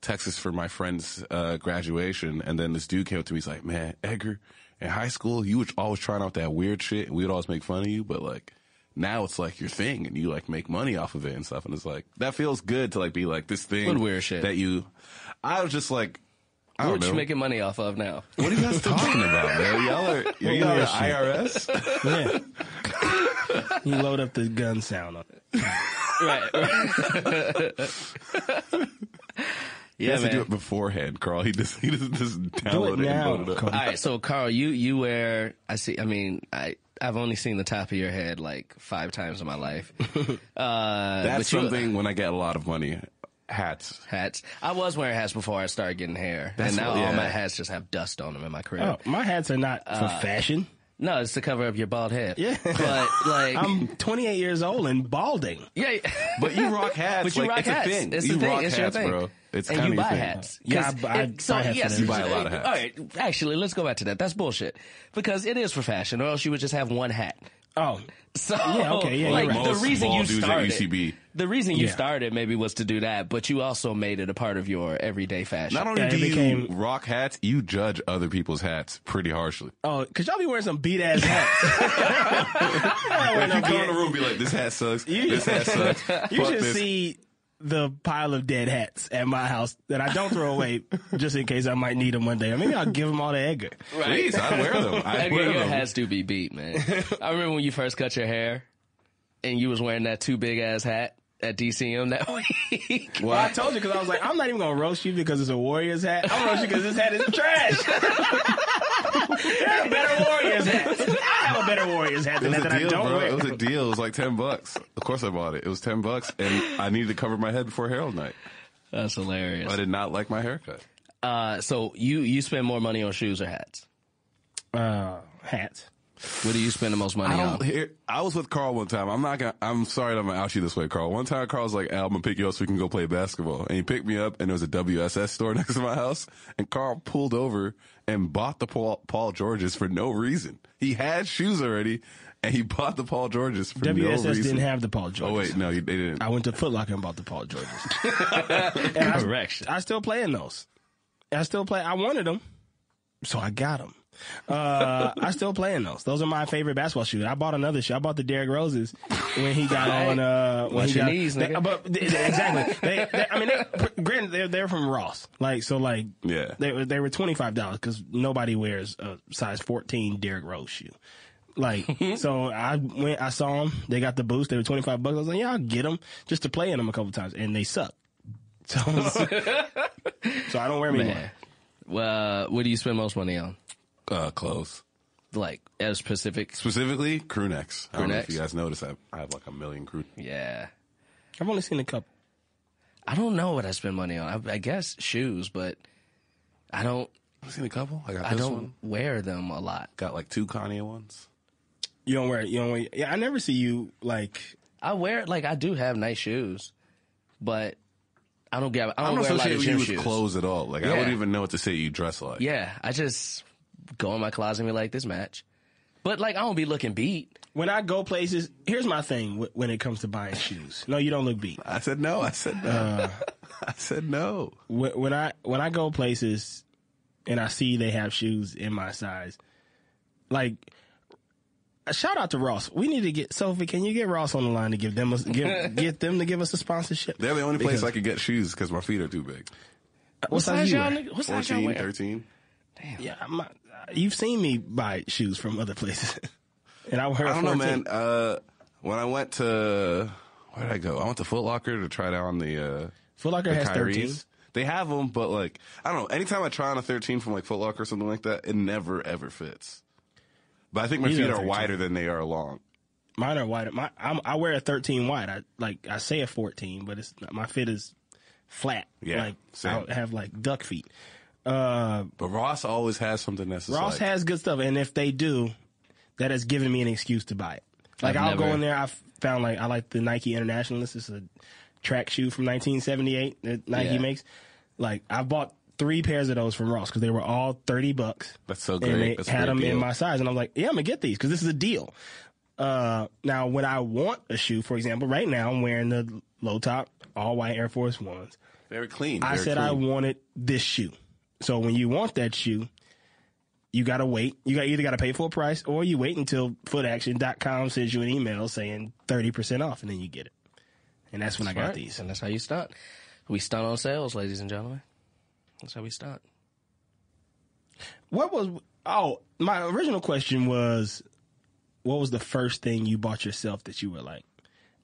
C: Texas for my friend's uh, graduation. And then this dude came up to me. He's like, man, Edgar, in high school, you were always trying out that weird shit. And we would always make fun of you. But like, now it's like your thing and you like make money off of it and stuff. And it's like, that feels good to like be like this thing.
D: What weird shit?
C: That you, I was just like, I
D: what
C: don't know.
D: you making money off of now?
C: <laughs> what are you guys talking about, man? Y'all are, y'all are
B: weird
C: IRS?
B: Yeah. <laughs> you load up the gun sound. On it.
D: right.
C: <laughs> He
D: yeah,
C: has
D: man.
C: to do it beforehand, Carl. He just he doesn't just
B: Do
C: download
B: it
C: it, and
B: now.
C: load it up. Uh,
B: Cody.
D: All right, so Carl, you you wear I see. I mean, I I've only seen the top of your head like five times in
C: <laughs>
D: my life. Uh,
C: That's
D: but you-
C: something when I get a lot of money. Hats.
D: Hats. I was wearing hats before I started getting hair,
C: That's
D: and now
C: what- yeah.
D: all my hats just have dust on them in my crib.
B: Oh, my hats are not for fashion.
D: No, it's to cover up your bald head.
B: Yeah.
D: but
C: <laughs>
D: like,
B: <laughs> I'm 28 years old and balding.
D: yeah,
C: But you
D: <laughs>
C: rock hats.
D: But you
C: like,
D: rock
C: it's
D: hats.
C: a thing.
D: It's
C: you
D: the thing.
C: rock
D: it's your
C: hats,
D: thing.
C: bro. It's
D: and
C: kind
D: you
C: of
D: buy
C: your thing.
D: hats.
B: Yeah,
D: 'Cause
B: I buy- I
D: it- so,
B: buy hats for
D: yes,
B: them.
C: You buy a lot of hats.
D: All right, actually, let's go back to that. That's bullshit. Because it is for fashion, or else you would just have one hat. <laughs>
B: Oh,
D: So,
B: Yeah, okay, yeah, you're
D: like
B: right.
D: the
C: Most
D: reason
C: bald
D: you
C: dudes at E
D: started,
C: UCB.
D: the reason you
B: Yeah.
D: started maybe was to do that, but you also made it a part of your everyday fashion.
C: Not only
B: Yeah, it
C: do you
B: became-
C: rock hats, you judge other people's hats pretty harshly.
B: oh, because y'all be wearing some beat ass <laughs> hats.
C: Like, you go in the room, and be like, "This hat sucks.
B: You-
C: this hat sucks.
B: <laughs> you
C: Fuck
B: should
C: this.
B: see the pile of dead hats at my house that I don't throw away just in case I might need them one day. Or maybe I'll give them all to Edgar.
C: Please, I wear
B: <laughs>
C: them. I
D: Edgar,
C: wear
D: your
C: them.
D: hats do be
C: <laughs>
D: beat, man. I remember when you first cut your hair, and you was wearing that too big ass hat at DCM that <laughs> week.
B: Well, I told you because I was like, I'm not even gonna roast you because it's a Warriors hat. I'm gonna roast you because this hat is trash. <laughs> There are better Warriors hats. I have a better Warriors hat
C: It
B: than
C: was
B: that
C: a
B: that
C: deal,
B: I don't
C: bro.
B: wear.
C: It was a deal. It was like ten bucks. Of course, I bought it. It was ten bucks, and I needed to cover my head before Herald Night.
D: That's
C: I
D: hilarious.
C: did not like my haircut.
D: Uh, so you you spend more money on shoes or hats?
B: Uh, hats.
D: What do you spend the most money
C: I
D: on?
C: don't hear. I was with Carl one time. I'm not gonna. I'm sorry that I'm gonna out you this way, Carl. One time, Carl's like, "Al, "I'm gonna pick you up so we can go play basketball." And he picked me up, and there was a WSS store <laughs> next to my house. And Carl pulled over and bought the Paul, Paul Georges for no reason. He had shoes already, and he bought the Paul Georges for no
B: WSS
C: reason.
B: didn't have the Paul George.
C: Oh wait, no, he- they didn't.
B: I went to Foot Locker and bought the
C: <laughs>
B: Paul Georges. and I,
D: Correction.
B: I still play in those. I still play. I wanted them, so I got them. Uh, I still playing those. Those are my favorite basketball shoes. I bought another shoe. I bought the Derrick Roses when he got on. Uh, when
D: Watch
B: he
D: your
B: got,
D: knees,
B: they-
D: nigga.
B: but they- they- exactly. They, they, I mean, they, granted, they're they're from Ross. Like so, like
C: Yeah.
B: they were they were twenty five dollars because nobody wears a size fourteen Derrick Rose shoe. Like so, I went. I saw them. They got the boost. They were twenty five bucks. I was like, yeah, I'll get them just to play in them a couple times, and they suck. <laughs> So, so I don't wear them anymore.
D: Man. Well, what do you spend most money on?
C: Uh, clothes.
D: Like as specific?
C: Specifically, crew necks. I don't know if
D: necks.
C: you guys noticed, I, I have like a million crew.
D: Yeah.
B: I've only seen a couple.
D: I don't know what I spend money on. I, I guess shoes, but I don't.
C: I've seen a couple. I got
D: I
C: this
D: don't
C: one.
D: wear them a lot.
C: Got like two Kanye ones.
B: You don't wear it. You don't wear it. Yeah, I never see you like.
D: I wear it like I do have nice shoes, but I don't get. I
C: I
D: don't,
C: don't
D: wear a lot
C: associate
D: of
C: you
D: gym
C: with
D: shoes.
C: clothes at all. Like I
D: Yeah.
C: wouldn't even know what to say you dress like.
D: Yeah, I just go in my closet and be like, this match. But like, I don't be looking beat.
B: When I go places, here's my thing wh- when it comes to buying shoes. No, you don't look beat.
C: I said no. I said no.
B: Uh.
C: <laughs> I said no.
B: Wh- When I when I go places and I see they have shoes in my size, like a shout out to Ross. We need to get Sophie. Can you get Ross on the line to give them
C: <laughs>
B: a, give, get them to give us a sponsorship?
C: They're the only place
B: Because-
C: I could get shoes because my feet are too big.
B: What size you
D: y'all?
B: wear?
D: nigga- What size y'all
C: 14,
D: wear?
C: 13.
B: Yeah, I'm not- you've seen me buy shoes from other places, <laughs> and I wear.
C: I don't know,
B: 14.
C: man. Uh, when I went to where did I go? I went to Foot Locker to try on the uh,
B: Foot Locker
C: the
B: has thirteen.
C: Kyries. They have them, but like I don't know. Anytime I try on a thirteen from like Foot Locker or something like that, it never ever fits. But I think my
B: These are
C: feet are
B: 13.
C: wider than they are long.
B: mine are wider. My I'm, I wear a 13 wide. I like I say a 14, but it's my fit is flat.
C: Yeah,
B: like
C: same.
B: I have like duck feet. Uh,
C: But Ross always has something that's just like,
B: Ross has good stuff, and if they do, that has given me an excuse to buy it. Like
D: I've
B: i will go
D: never-
B: in there. I found like I like the Nike Internationalist. It's a track shoe from 1978 that Nike
D: Yeah.
B: makes. Like I bought three pairs of those from Ross because they were all 30 bucks.
C: That's so
B: And they
C: great. That's a
B: had
C: great
B: them in
C: deal.
B: my size, and I'm like, yeah, I'm gonna get these because this is a deal. Uh, now when I want a shoe, for example, right now I'm wearing the low top all white Air Force Ones.
C: very clean.
B: I
C: very
B: said
C: clean.
B: I wanted this shoe. So when you want that shoe, you gotta wait. You got either gotta pay full price or you wait until footaction.com sends you an email saying thirty percent off and then you get it. And that's when I got
D: Right?
B: these.
D: and that's how you stunt. We stunt on sales, ladies and gentlemen. That's how we stunt.
B: What was oh, my original question was what was the first thing you bought yourself that you were like,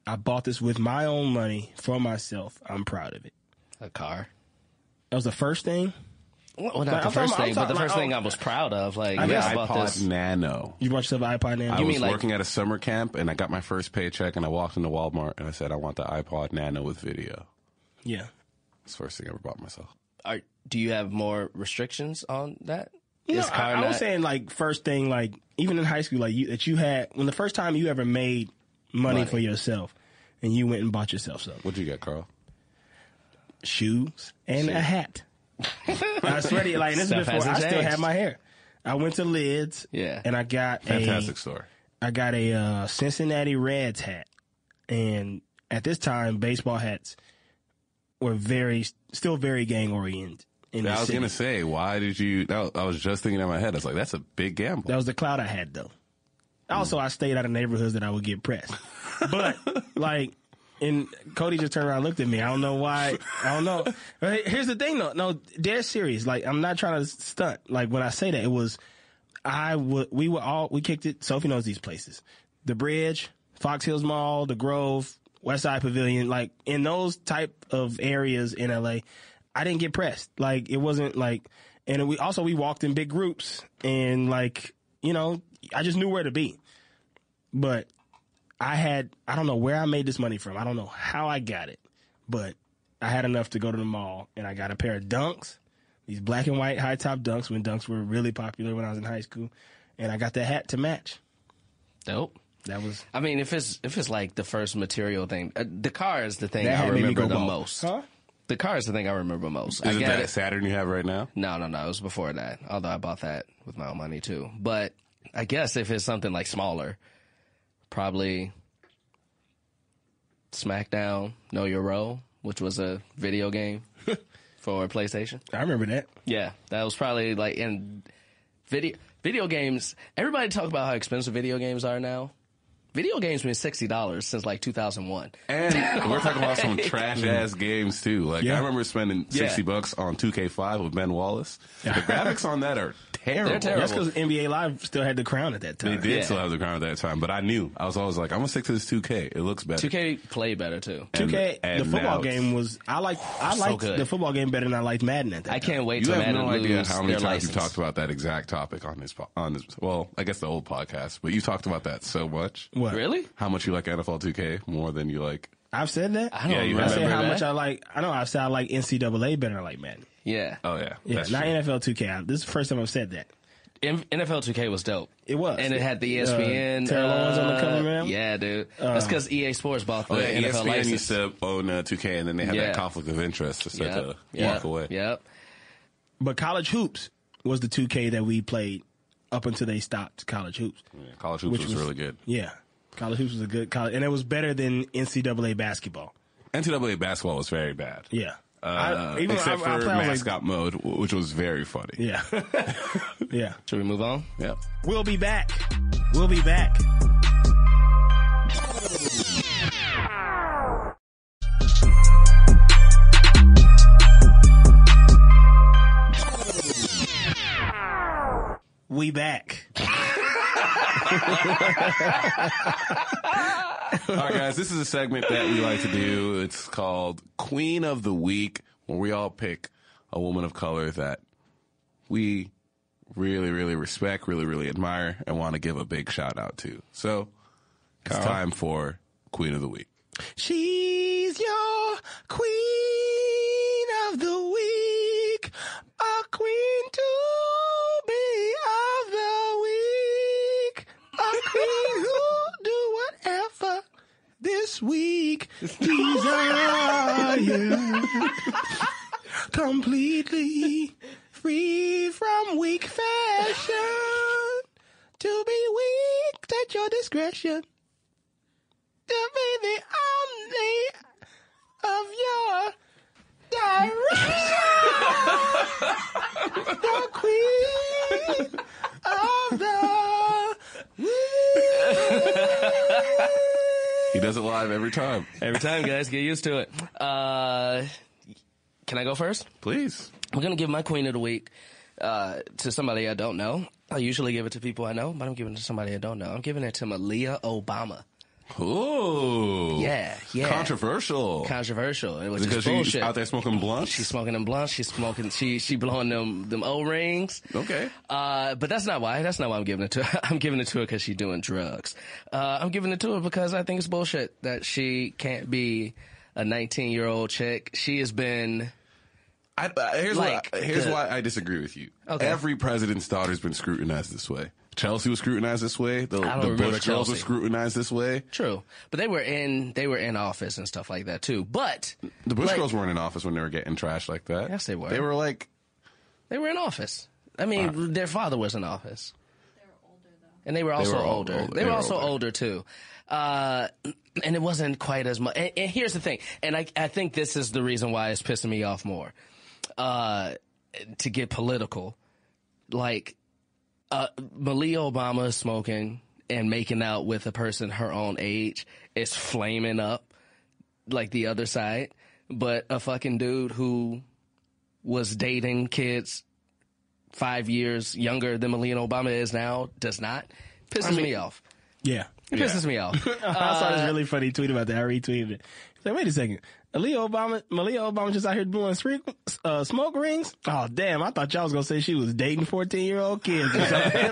B: I bought this with my own money for myself. I'm proud of it.
D: A car.
B: That was the first thing?
D: Well, not
B: Like,
D: the
B: I'm
D: first
B: talking-
D: thing,
B: I'm
D: but the
B: talking
D: first
B: like,
D: thing
B: oh,
D: I was proud of. Like,
B: I
D: yeah,
B: guess
D: I bought
C: iPod
D: this.
C: Nano.
B: You bought yourself an iPod now?
C: I
D: mean
C: was
D: like-
C: working at a summer camp and I got my first paycheck and I walked into Walmart and I said I want the iPod Nano with video.
B: yeah.
C: It's the first thing I ever bought myself.
D: Are, do you have more restrictions on that?
B: No,
D: Is
B: I, I
D: not-
B: was saying like first thing, like even in high school, like you, that you had when the first time you ever made money, for yourself, and you went and bought yourself something,
C: What'd you get, Carl?
B: shoes and a hat. I swear to you, like this is
D: Stuff
B: before
D: hasn't
B: I still had
D: changed.
B: my hair. I went to Lids,
D: Yeah.
B: and I got
C: Fantastic
B: a
C: store.
B: I got a uh, Cincinnati Reds hat, and at this time, baseball hats were very still very gang oriented. in
C: Yeah,
B: the
C: I was
B: city.
C: gonna say, why did you? that was- I was just thinking in my head. I was like, that's a big gamble.
B: That was the cloud I had though. Also, I stayed out of neighborhoods that I would get pressed. <laughs> But like, and Cody just turned around, and looked at me. I don't know why. I don't know. But here's the thing though. No, dead serious. Like, I'm not trying to stunt. Like when I say that, it was I would. We were all we kicked it. Sophie knows these places: the Bridge, Fox Hills Mall, the Grove, West Side Pavilion. Like in those type of areas in LA, I didn't get pressed. Like it wasn't like. And we also we walked in big groups and like you know I just knew where to be, but I had I don't know where I made this money from. I don't know how I got it, but I had enough to go to the mall and I got a pair of dunks, these black and white high top dunks when dunks were really popular when I was in high school, and I got the hat to match.
D: Dope.
B: That was
D: I mean, if it's if it's like the first material thing, uh, the car is the thing
B: that
D: I
B: hat made me
D: remember
B: go
D: the
B: bald.
D: most.
B: Huh?
D: The car is the thing I remember most. I
C: Isn't
D: get
C: that
D: it.
C: Saturn you have right
D: <laughs>
C: now?
D: No, no, no. It was before that. Although I bought that with my own money too. But I guess if it's something like smaller, probably SmackDown, Know Your Role, which was a
C: <laughs>
D: video game for PlayStation.
B: I remember that.
D: Yeah, that was probably like in video. Video games. Everybody talk about how expensive video games are now. Video games been sixty dollars since like two thousand one.
C: And we're talking about
D: <laughs>
C: some trash ass games too. Like I remember spending sixty
D: Yeah.
C: bucks on 2K5 with Ben Wallace.
D: <laughs>
C: The graphics on that are terrible.
D: They're terrible.
B: That's because NBA Live still had the crown at that
C: They
B: time.
C: did
D: Yeah.
C: still have the crown at that time, but I knew I was always like, I'm gonna stick to this 2K. It looks better.
D: Two K play better too.
B: Two K.
C: And-
B: The
C: and
B: football
C: now it's-
B: game was. I liked. I
D: so
B: liked
D: good.
B: the football game better than I liked Madden at that.
D: I
B: time.
D: can't wait
C: You
D: till
C: have
D: Madden
C: no idea
D: lose
C: how many
D: their
C: times
D: license.
C: you talked about that exact topic on this po- on this. Well, I guess the old podcast, but you talked about that so much.
B: What?
D: Really?
C: How much you like NFL 2K more than you like?
B: I've said that.
D: I don't
C: Yeah, you
B: I
D: remember.
B: said how
D: that.
B: much I like. I know I've said I like NCAA better than I like Madden.
D: yeah.
C: Oh yeah,
B: Yeah,
C: that's
B: not
C: true.
B: NFL 2K. I- This is the first time I've said that.
D: M- NFL 2K was dope.
B: It was.
D: And it had the E
B: Uh,
D: ESPN.
B: Terrell Owens on the cover, man.
D: uh,
B: Uh,
D: Yeah, dude. That's because EA Sports bought the
C: Oh, yeah,
D: NFL
C: ESPN
D: license.
C: used to own uh, 2K, and then they had
D: Yeah.
C: that conflict of interest to set
D: Yep,
C: to
D: yep,
C: walk away.
D: Yep.
B: But college hoops was the 2K that we played up until they stopped college hoops.
C: Yeah, College hoops
B: Which
C: was,
B: was-
C: really good.
B: Yeah, college hoops was a good college, and it was better than NCAA basketball.
C: NCAA basketball was very bad.
B: Yeah,
C: Uh,
B: I- even though
C: except
B: I-
C: for
B: I play, I was like-
C: mascot mode, w- which was very funny. <laughs>
B: yeah, yeah.
D: Should we move on?
C: Yep.
B: We'll be back. We'll be back. We back.
C: All right, guys, this is a segment that we like to do. It's called Queen of the Week, where we all pick a woman of color that we really, really respect, really, really admire, and want to give a big shout out to. So it's time for Queen of the Week.
B: She's your queen of the week, a queen to be of the week, a queen who do whatever this week desire completely free from weak fashion to be weak at your discretion to be the omni of your direction. the queen of the
C: <laughs> He does it live every time.
D: Every time, guys, get used to it. Uh, can I go first?
C: Please.
D: I'm gonna give my queen of the week uh, to somebody I don't know. I usually give it to people I know, but I'm giving it to somebody I don't know. I'm giving it to Malia Obama.
C: Ooh.
D: Yeah, yeah.
C: Controversial.
D: Controversial. It was
C: because
D: just
C: she's
D: bullshit.
C: out there smoking blunts.
D: <laughs> She's smoking them blunts. She's smoking. She she blowing them them O rings.
C: Okay.
D: Uh, but that's not why. That's not why I'm giving it to her. <laughs> I'm giving it to her because she's doing drugs. Uh, I'm giving it to her because I think it's bullshit that she can't be a 19 year old chick. She has been.
C: I, I- here's
D: Like,
C: why, here's
D: the-
C: why I disagree with you.
D: Okay.
C: Every president's daughter's been scrutinized this way. Chelsea was scrutinized this way. The,
D: don't
C: the
D: remember
C: Bush girls were
D: Chelsea.
C: scrutinized this way.
D: True, but they were in they were in office and stuff like that too. But
C: The Bush
D: Like-
C: girls weren't in office when they were getting trashed like that.
D: Yes, they were.
C: They were like,
D: they were in office. I mean, their father was in office.
F: They were older though.
D: and they were also
C: were all
D: older.
C: older.
D: They, were also older, too. Uh, and it wasn't quite as much. And, and here's the thing, and I, I think this is the reason why it's pissing me off more. Uh, to get political, like uh, Malia Obama is smoking and making out with a person her own age is flaming up like the other side, but a fucking dude who was dating kids five years younger than Malia Obama is now does not pisses me off.
B: Yeah.
D: It pisses me off.
B: Uh, I saw
D: Uh,
B: this really funny tweet about that. I retweeted it. It's like, wait a second. Malia Obama, Malia Obama just out here doing smoke, uh, smoke rings? Oh, damn. I thought y'all was going to say she was dating 14 year old kids
D: <laughs>
B: or something.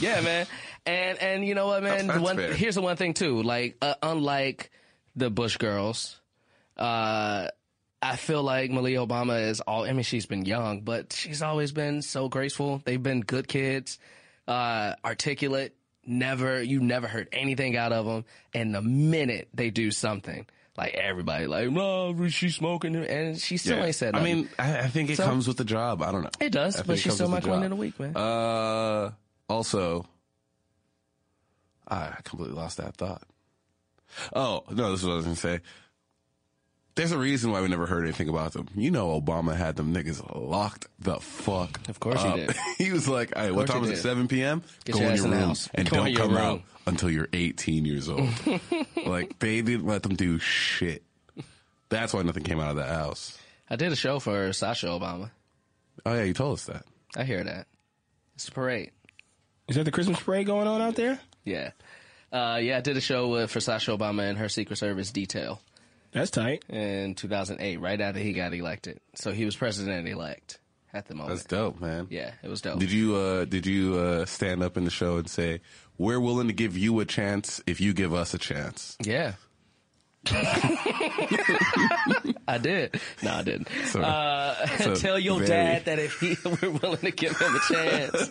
D: yeah, man. And and you know what, man?
C: That's
D: The one
C: fair.
D: here's the one thing too. Like uh, unlike the Bush girls, uh, I feel like Malia Obama is all. I mean, she's been young, but she's always been so graceful. They've been good kids, uh, articulate. Never, you never heard anything out of them. And the minute they do something, like everybody, like no, she's smoking, and she still
C: yeah.
D: ain't said.
C: I
D: Nothing.
C: mean, I, I think it comes with the job. I don't know.
D: It does,
C: I think
D: but
C: it
D: she's
C: comes
D: still
C: with
D: my
C: the
D: queen
C: job.
D: of the week, man.
C: Uh, also, I completely lost that thought. Oh no, this is what I was gonna say. There's a reason why we never heard anything about them. You know, Obama had them niggas locked the fuck.
D: Of course he
C: up.
D: did.
C: <laughs> he was like, "All right, what
D: course
C: time
D: he
C: is it?
D: did.
C: 7 p.m.
D: Get your ass in the house.
C: and
D: Go in
C: don't
D: your
C: come
D: room."
C: out until you're 18 years
D: <laughs>
C: old." like they didn't let them do shit. That's why nothing came out of that house.
D: I did a show for Sasha Obama.
C: Oh yeah, you told us that.
D: I hear that. It's a parade.
B: Is that the Christmas parade going on out there?
D: Yeah. Uh, yeah, I did a show with, for Sasha Obama and her Secret Service detail
B: That's tight.
D: in 2008, right after he got elected. So he was president elect at the moment.
C: That's dope, man.
D: yeah, it was dope.
C: Did you uh, did you uh, stand up in the show and say we're willing to give you a chance if you give us a chance?
D: yeah. <laughs> I did. No, I <laughs> didn't.
C: So, so
D: Tell your
C: very-
D: dad that if he <laughs> we're willing to give him a chance.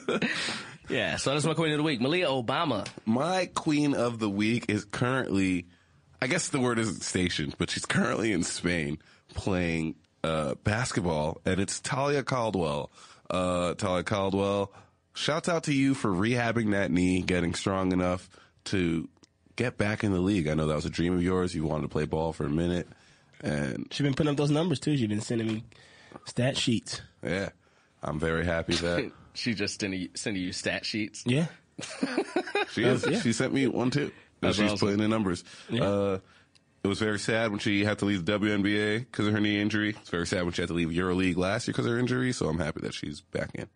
D: yeah, so that's my queen of the week, Malia Obama.
C: My queen of the week is currently, I guess the word isn't stationed, but she's currently in Spain playing uh, basketball, and it's Talia Caldwell. Uh, Talia Caldwell, shouts out to you for rehabbing that knee, getting strong enough to get back in the league. I know that was a dream of yours. You wanted to play ball for a minute, and
B: She's been putting up those numbers too. She's been sending me stat sheets.
C: yeah, I'm very happy that
D: <laughs> She just sent you, sent you stat sheets.
B: Yeah.
C: She is. She sent me one too. And she's
D: awesome.
C: putting in numbers. Uh, it was very sad when she had to leave the WNBA because of her knee injury. It's very sad when she had to leave EuroLeague last year because of her injury. So I'm happy that she's back in.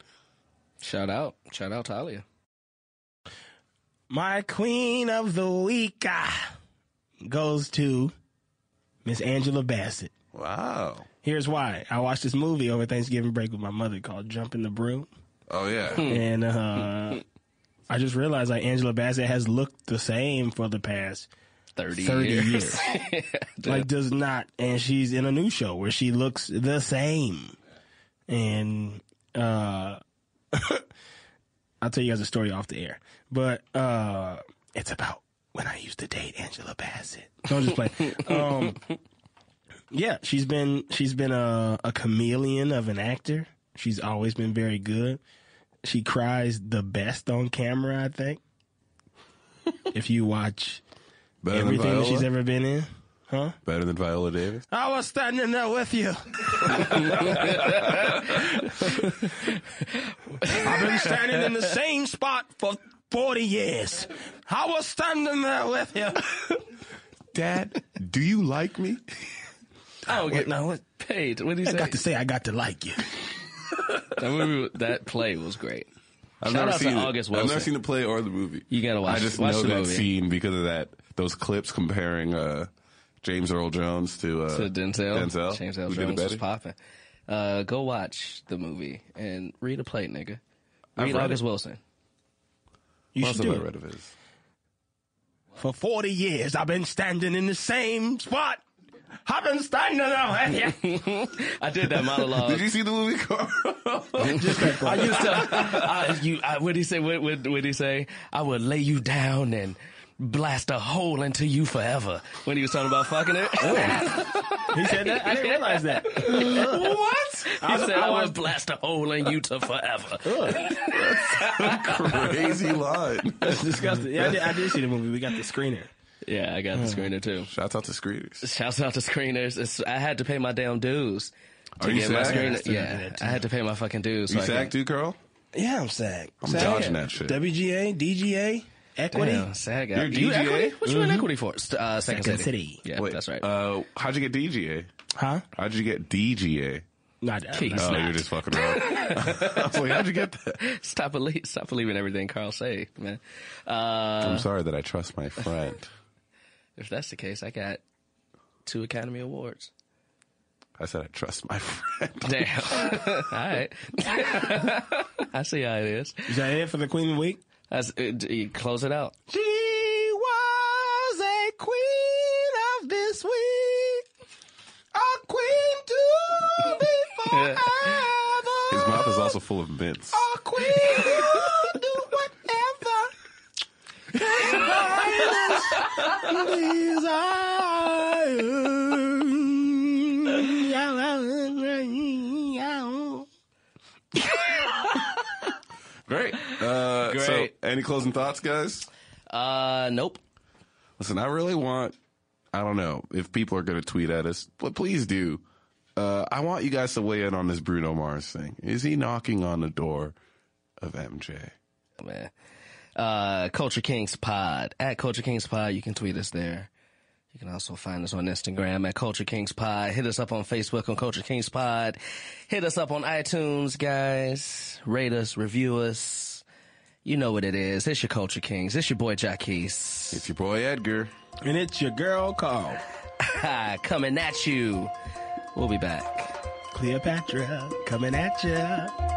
D: Shout out, shout out, Talia.
B: My queen of the week ah, goes to Miss Angela Bassett.
C: Wow.
B: Here's why. I watched this movie over Thanksgiving break with my mother called Jumping the Broom.
C: Oh
D: Hmm.
C: yeah.
B: And uh, I just realized like Angela Bassett has looked the same for the past
D: Thirty,
B: 30
D: years.
B: years. like does not and she's in a new show where she looks the same and uh <laughs> i'll tell you guys a story off the air but uh it's about when i used to date angela bassett don't just play
D: <laughs>
B: um yeah she's been she's been a, a chameleon of an actor she's always been very good she cries the best on camera i think if you watch
C: Better than
B: everything
C: Viola.
B: that she's ever been in
C: Better than Viola Davis.
D: <laughs>
B: I was standing there with <laughs> you. I've been standing in the same spot for 40 years. I was standing there with you.
C: Dad, do you like me?
D: <laughs> I don't get
B: No, what-
D: paid. What do you
B: I
D: say?
B: got to say, I got to like you.
D: That movie, was- that play was great.
C: I've
D: Shout
C: never
D: out to
C: seen it.
D: August
C: I've never
D: Wilson.
C: seen the play or the movie.
D: You gotta watch-
C: I just
D: watch
C: know
D: the
C: that
D: movie.
C: scene because of that. Those clips comparing uh, James Earl Jones to, uh,
D: To Denzel,
C: Denzel.
D: James
C: Who
D: L.
C: did it
D: Jones was
C: better?
D: popping. Uh, go watch the movie and read a plate, nigga. Read
C: read
D: August Wilson. <laughs>
B: You
C: What
B: should
C: else have
B: do
C: I read
B: it.
C: of his?
B: For 40 years, I've been standing in the same spot. I've been standing there with you.
D: I did that monologue. <laughs>
C: Did you see the movie Carl?
D: I used to. I, you, I, what do you say? What would what, he say? I would lay you down and blast a hole into you forever. When he was talking about fucking it.
B: <laughs>
D: <laughs>
B: He said that? I didn't realize <laughs> that.
D: what? I said I
B: was-
D: would blast a hole in you to forever.
C: <laughs> Crazy line.
B: It's disgusting. Yeah, I did, I did see the movie. We got the screener.
D: Yeah, I got the screener too.
C: Shouts out to screeners.
D: Shouts out to screeners. It's, I had to pay my damn dues. To
C: Are you
D: get my
C: SAG?
D: screener.
B: Yeah, I
D: Yeah,
B: did that,
D: I had to pay my fucking dues.
C: You
D: so I
C: SAG
D: could-
C: too, Carl?
B: Yeah, I'm SAG.
C: I'm dodging that shit.
B: WGA, DGA, Equity. Mm-hmm.
D: Damn, SAG.
C: You're
D: You
C: DGA?
D: equity? What you in equity for? St- Uh, Second,
B: Second
D: City.
B: City.
D: Yeah,
C: Wait,
D: that's right.
C: Uh, how'd you get DGA?
B: Huh?
C: How'd you get DGA?
B: Not,
D: Keys.
C: Oh,
D: Snot.
C: you're just fucking around. <laughs> I was like, how'd you get that?
D: stop, belie- stop believing everything Carl say, man. Uh,
C: I'm sorry that I trust my friend.
D: If that's the case, I got two Academy
B: <laughs>
D: Awards.
C: I said I trust my <laughs> friend.
D: <laughs> Damn. All right. <laughs> I see how it is.
B: Is that it for the Queen of the Week?
D: That's, uh, d- you close it out. <laughs>
B: She was a queen of this week. A queen to be
D: Yeah.
C: His mouth is also full of mints.
B: a queen who do whatever. These I am.
C: Great. Uh, So,
D: Great.
C: any closing thoughts, guys?
D: Uh, nope.
C: Listen, I really want I don't know if people are going to tweet at us, but please do. Uh, I want you guys to weigh in on this Bruno Mars thing. Is he knocking on the door of MJ?
D: man. Uh, Culture Kings Pod at Culture Kings Pod. You can tweet us there. You can also find us on Instagram at Culture Kings Pod. Hit us up on Facebook on Culture Kings Pod. Hit us up on iTunes, guys. Rate us, review us. You know what it is. It's your Culture Kings. It's your boy Jackie's
C: It's your boy Edgar.
B: And it's your girl called
D: coming at you. We'll be back.
B: Cleopatra coming at ya.